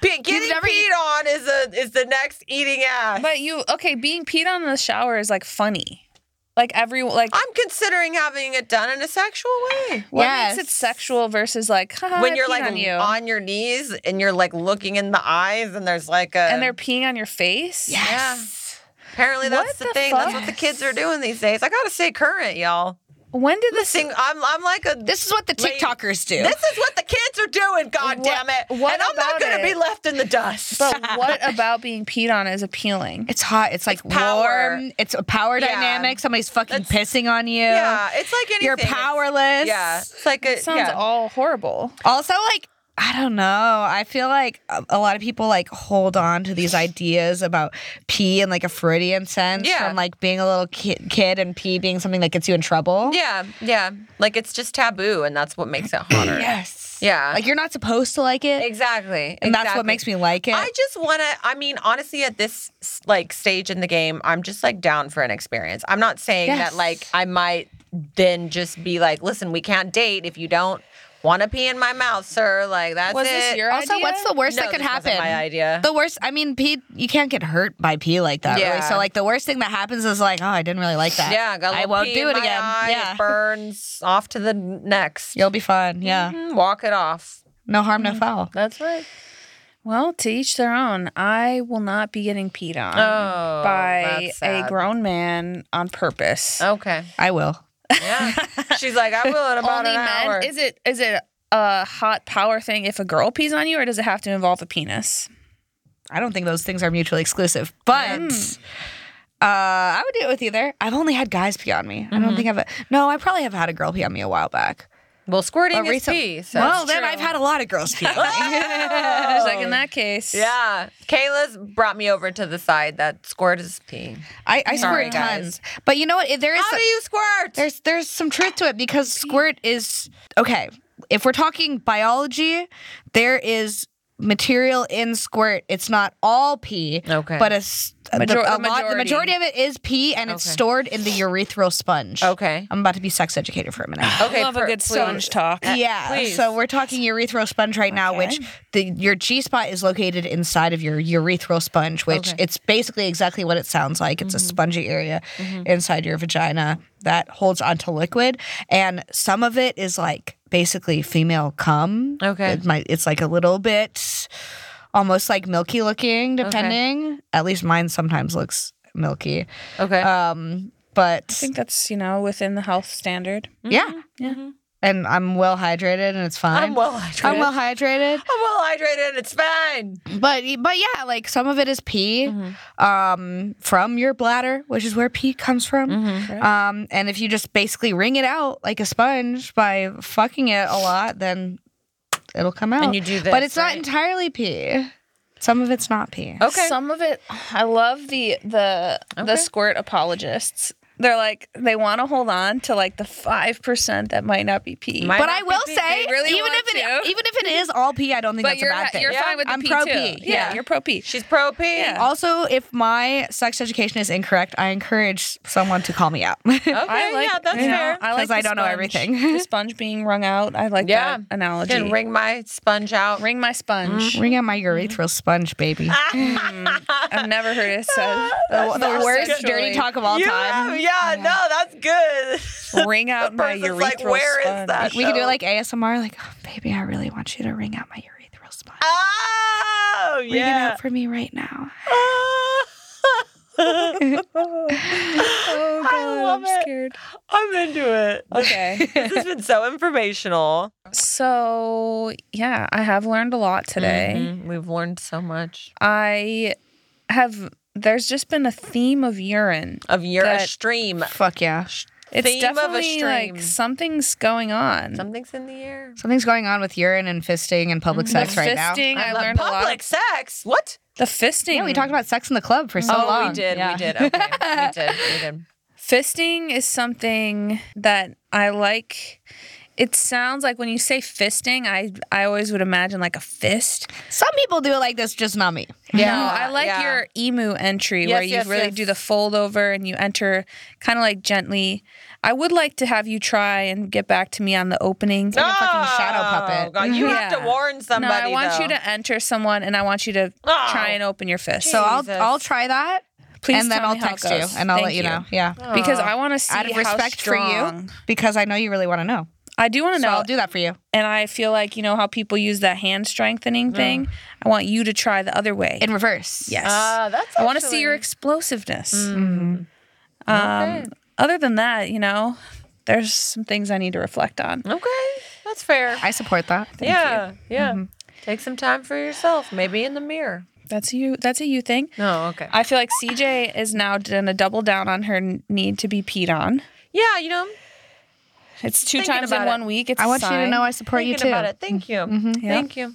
Pe- getting
never
peed
eat-
on is a is the next eating ass.
e- but you okay? Being peed on in the shower is like funny. Like everyone, like
I'm considering having it done in a sexual way.
what
Yes.
makes it sexual versus like "Haha, I
when you're
peed
like
on you
your knees and you're like looking in the eyes and there's like a
and they're peeing on your face.
Yes.
apparently that's
What
the,
the
thing. That's
fuck?
what the kids are doing these days. I gotta stay current, y'all.
When did this?
Sing, I'm I'm like a
This is what the
Lady-
TikTokers do.
This is what the kids are doing, god
What-
damn it.
what
and I'm not
about
gonna be
it?
left in the dust.
But what about being peed on is appealing?
it's hot. It's like
power.
warm. It's a power
Yeah.
dynamic. Somebody's fucking
That's-
pissing on you.
yeah, it's like anything.
You're powerless.
Yeah, it's like a,
It sounds
yeah.
all horrible.
Also, like, I don't know. I feel like a- a lot of people like hold on to these ideas about pee and like a Freudian sense
Yeah.
from like being a little ki- kid and pee being something that gets you in trouble.
Yeah, yeah. Like it's just taboo, and that's what makes it hotter.
Yes.
Yeah.
Like you're not supposed to like it.
exactly.
And that's what makes me like it.
I just want to. I mean, honestly, at this s- like stage in the game, I'm just like down for an experience. I'm not saying
Yes.
that like I might then just be like, listen, we can't date if you don't want to pee in my mouth, sir. Like that's
Was
it.
this your
also,
idea?
what's the worst
No,
that could
this
happen?
wasn't my idea.
The worst, I mean, pee, you can't get hurt by pee like that. really.
Yeah.
So, like, the worst thing that happens is, like, oh, I didn't really like that.
yeah, got a
I
little
won't
pee
do
in
it
my
again.
eye,
yeah.
it burns off to the next.
You'll be fine. Yeah.
Mhm, Walk it off.
No harm,
Mm-hmm.
no foul.
That's right.
Well, to each their own. I will not be getting peed on
Oh,
by
that's
a
sad.
grown man on purpose.
Okay.
I will.
Yeah. She's like, I will in about
Only
an
men?
hour.
Is it? Is it a hot power thing if a girl pees on you, or does it have to involve a penis?
I don't think those things are mutually exclusive, but
Mm.
uh, I would do it with either. I've only had guys pee on me. I
Mm-hmm.
don't think I've no. I probably have had a girl pee on me a while back.
Well, squirting
But
is
recent-
pee. So
well, then I've had a lot of girls pee. on me.
Just like in that case,
yeah. Kayla's brought me over to the side that squirt is pee.
I, I
Sorry,
squirt
guys.
tons, but you know what? If There is
How do you squirt?
there's there's some truth to it because squirt is okay. If we're talking biology, there is material in squirt. It's not all pee,
Okay.
but a, s- the-
Major- a
a lot, the
majority.
majority of it is pee, and it's
Okay.
stored in the urethral sponge.
Okay.
I'm about to be sex educated for a minute.
I love
per-
a good
please.
sponge talk.
yeah,
Uh, please.
so we're talking urethral sponge right now, which the, your G spot is located inside of your urethral sponge, which
Okay. Mm-hmm.
it's basically exactly what it sounds like. It's a spongy area inside your vagina that holds onto liquid, and some of it is like basically female cum.
Okay.
it might, it's like a little bit, almost like milky looking, depending. At least mine sometimes looks milky,
Okay.
um, but
I think that's you know within the health standard.
yeah,
Mm-hmm.
and I'm well hydrated, and it's fine.
I'm well hydrated.
I'm well hydrated.
I'm well hydrated. It's fine.
But but yeah, like some of it is pee
Mm-hmm.
um, from your bladder, which is where pee comes from.
Mm-hmm.
Um, and if you just basically wring it out like a sponge by fucking it a lot, then it'll come out.
you do
but
this,
it's not
right?
entirely pee. Some of it's not pee.
Okay.
Some of it, I love the the
Okay.
the squirt apologists. They're like they want to hold on to like the five percent that might not be pee.
Might
But
not
I
be
will
pee.
say,
They really
even
want
if it
to.
even if it is all pee, I don't think
but
that's
you're
a bad
ha-
thing.
you're
Yeah,
fine with the
I'm
pee
pro
too.
pee.
Yeah.
Yeah.
you're pro pee.
She's pro pee.
Yeah.
Also, if my sex education is incorrect, I encourage someone to call me out.
Okay. yeah, that's
you know,
fair.
I like
'Cause I
the
don't know
sponge-
everything.
the sponge being wrung out. I like
yeah.
that analogy.
Can wring my sponge out.
Wring my sponge.
Ring out my urethral sponge, baby.
Mm-hmm.
I've never heard it said.
the, the
more
worst
sexually-
dirty talk of all
You
time.
have- yeah, no, that's good.
Wring out my
person's
urethral
like, "Where is
sponge.
that?"
We could do it like ASMR, like, oh, baby, I really want you to ring out my urethral sponge.
oh,
Ring it
yeah.
out for me right now.
Oh,
Oh god, I
love
am
it.
scared.
I'm into it.
Okay.
this has been so informational.
so yeah, I have learned a lot today.
Mhm. We've learned so much
I have. There's just been a theme of urine.
of your
That-
stream.
Fuck yeah.
It's
Theme of a
definitely
stream.
like something's going on.
Something's in the air.
Something's going on with urine and fisting and public
the
sex right now.
fisting. I
love
learned a
public
lot. Of,
sex. What?
the fisting.
Yeah, we talked about sex in the club for so
oh,
long.
we did.
Yeah.
We did. Okay. we did. We did.
Fisting is something that I like. It sounds like when you say fisting, I I always would imagine like a fist.
Some people do it like this, just not me.
No, I like
yeah.
your emu entry
Yes,
where you
yes,
really
yes.
do the fold over and you enter kind of like gently. I would like to have you try and get back to me on the opening.
a fucking shadow puppet.
Oh, God, you have to
Yeah.
warn somebody.
no, I want
though.
you to enter someone and I want you to
Oh.
try and open your fist.
Ah. So I'll
Jesus.
I'll try that,
please
and then
tell
I'll
me how it
text you,
goes.
and I'll
Thank
let you know. Yeah,
Because I want to see
out of
how
respect for you,
strong-
because I know you really want to know.
I do want to
So
know
I'll do that for you.
and I feel like you know how people use that hand strengthening
Mm.
thing. I want you to try the other way.
in reverse.
yes,
Ah, that's.
I want to see your
actually- Mm-hmm.
explosiveness.
Mhm.
Um,
Okay.
Other than that, you know, there's some things I need to reflect on.
Okay, that's fair.
I support that.
yeah, yeah. Take some time for yourself. Maybe in the mirror.
That's a you. That's a you thing.
No, okay.
I feel like CJ is now gonna double down on her n- need to be peed on.
yeah, you know,
It's two
Thinking
times in
about it.
one week. It's
I
a
want you to
sign.
know I support you
thinking
too.
about it. Thank you. Thank you.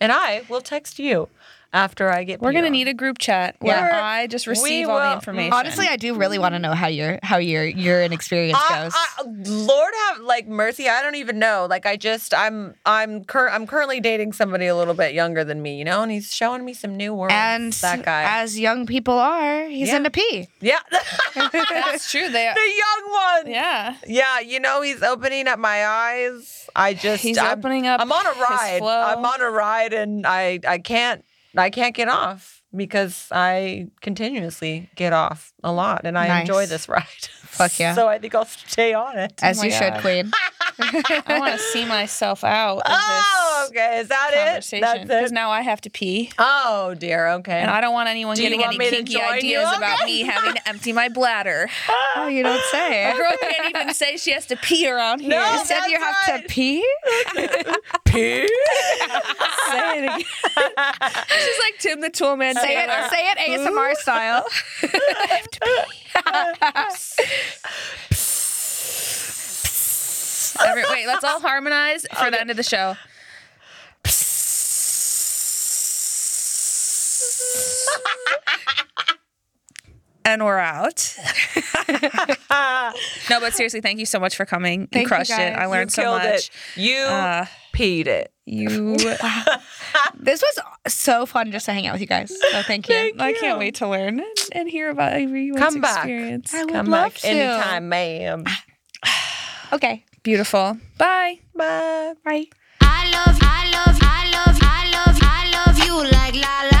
And I will text you after I get.
We're gonna
peed
need a group chat where
Yeah.
I just receive
We
all
will-
the information.
Honestly, I do really want to know how your how your urine experience
on.
goes.
I, I, Lord have like mercy. I don't even know. Like I just I'm I'm cur- I'm currently dating somebody a little bit younger than me, you know, and he's showing me some new worlds.
and
that guy,
as young people are, he's
Yeah.
into pee.
yeah, the
that's true. They,
young one.
yeah.
Yeah, you know he's opening up my eyes. I just
He's
I'm,
opening up
I'm on a
his
ride.
flow.
I'm on a ride, and I I can't I can't get off because I continuously get off a lot, and I enjoy
Nice.
this ride.
Fuck yeah.
so I think I'll stay on it.
As
my
you should,
God.
Queen.
I want to see myself out of
Oh,
this
okay. Is that it?
conversation
That's
because
it.
now I have to pee.
oh dear. Okay.
And I don't want anyone
Do you
getting
want
any
me to
kinky
join you?
ideas about me
Okay.
having to empty my bladder.
Oh, you don't say.
A girl can't even say she has to pee around here.
No.
You said you
that's
have
right.
to pee?
pee.
Say it again. She's like Tim the Tool Man.
Say it,
Taylor.
say it ASMR style.
Every- wait, let's all harmonize for the end of the show. and we're out. no, but seriously, thank you so much for coming. You
Thank you,
crushed it.
guys.
I
You
learned so
Killed
much.
it. You
Uh,
peed it.
You,
This was so fun just to hang out with you guys. So thank you.
I can't wait to learn and, and hear about everyone's
Come back.
experience.
I would
Come
love
back
to.
anytime, ma'am.
Okay.
Beautiful. Bye.
Bye.
Bye.
I love, I love, I love, I love, I love you like la la.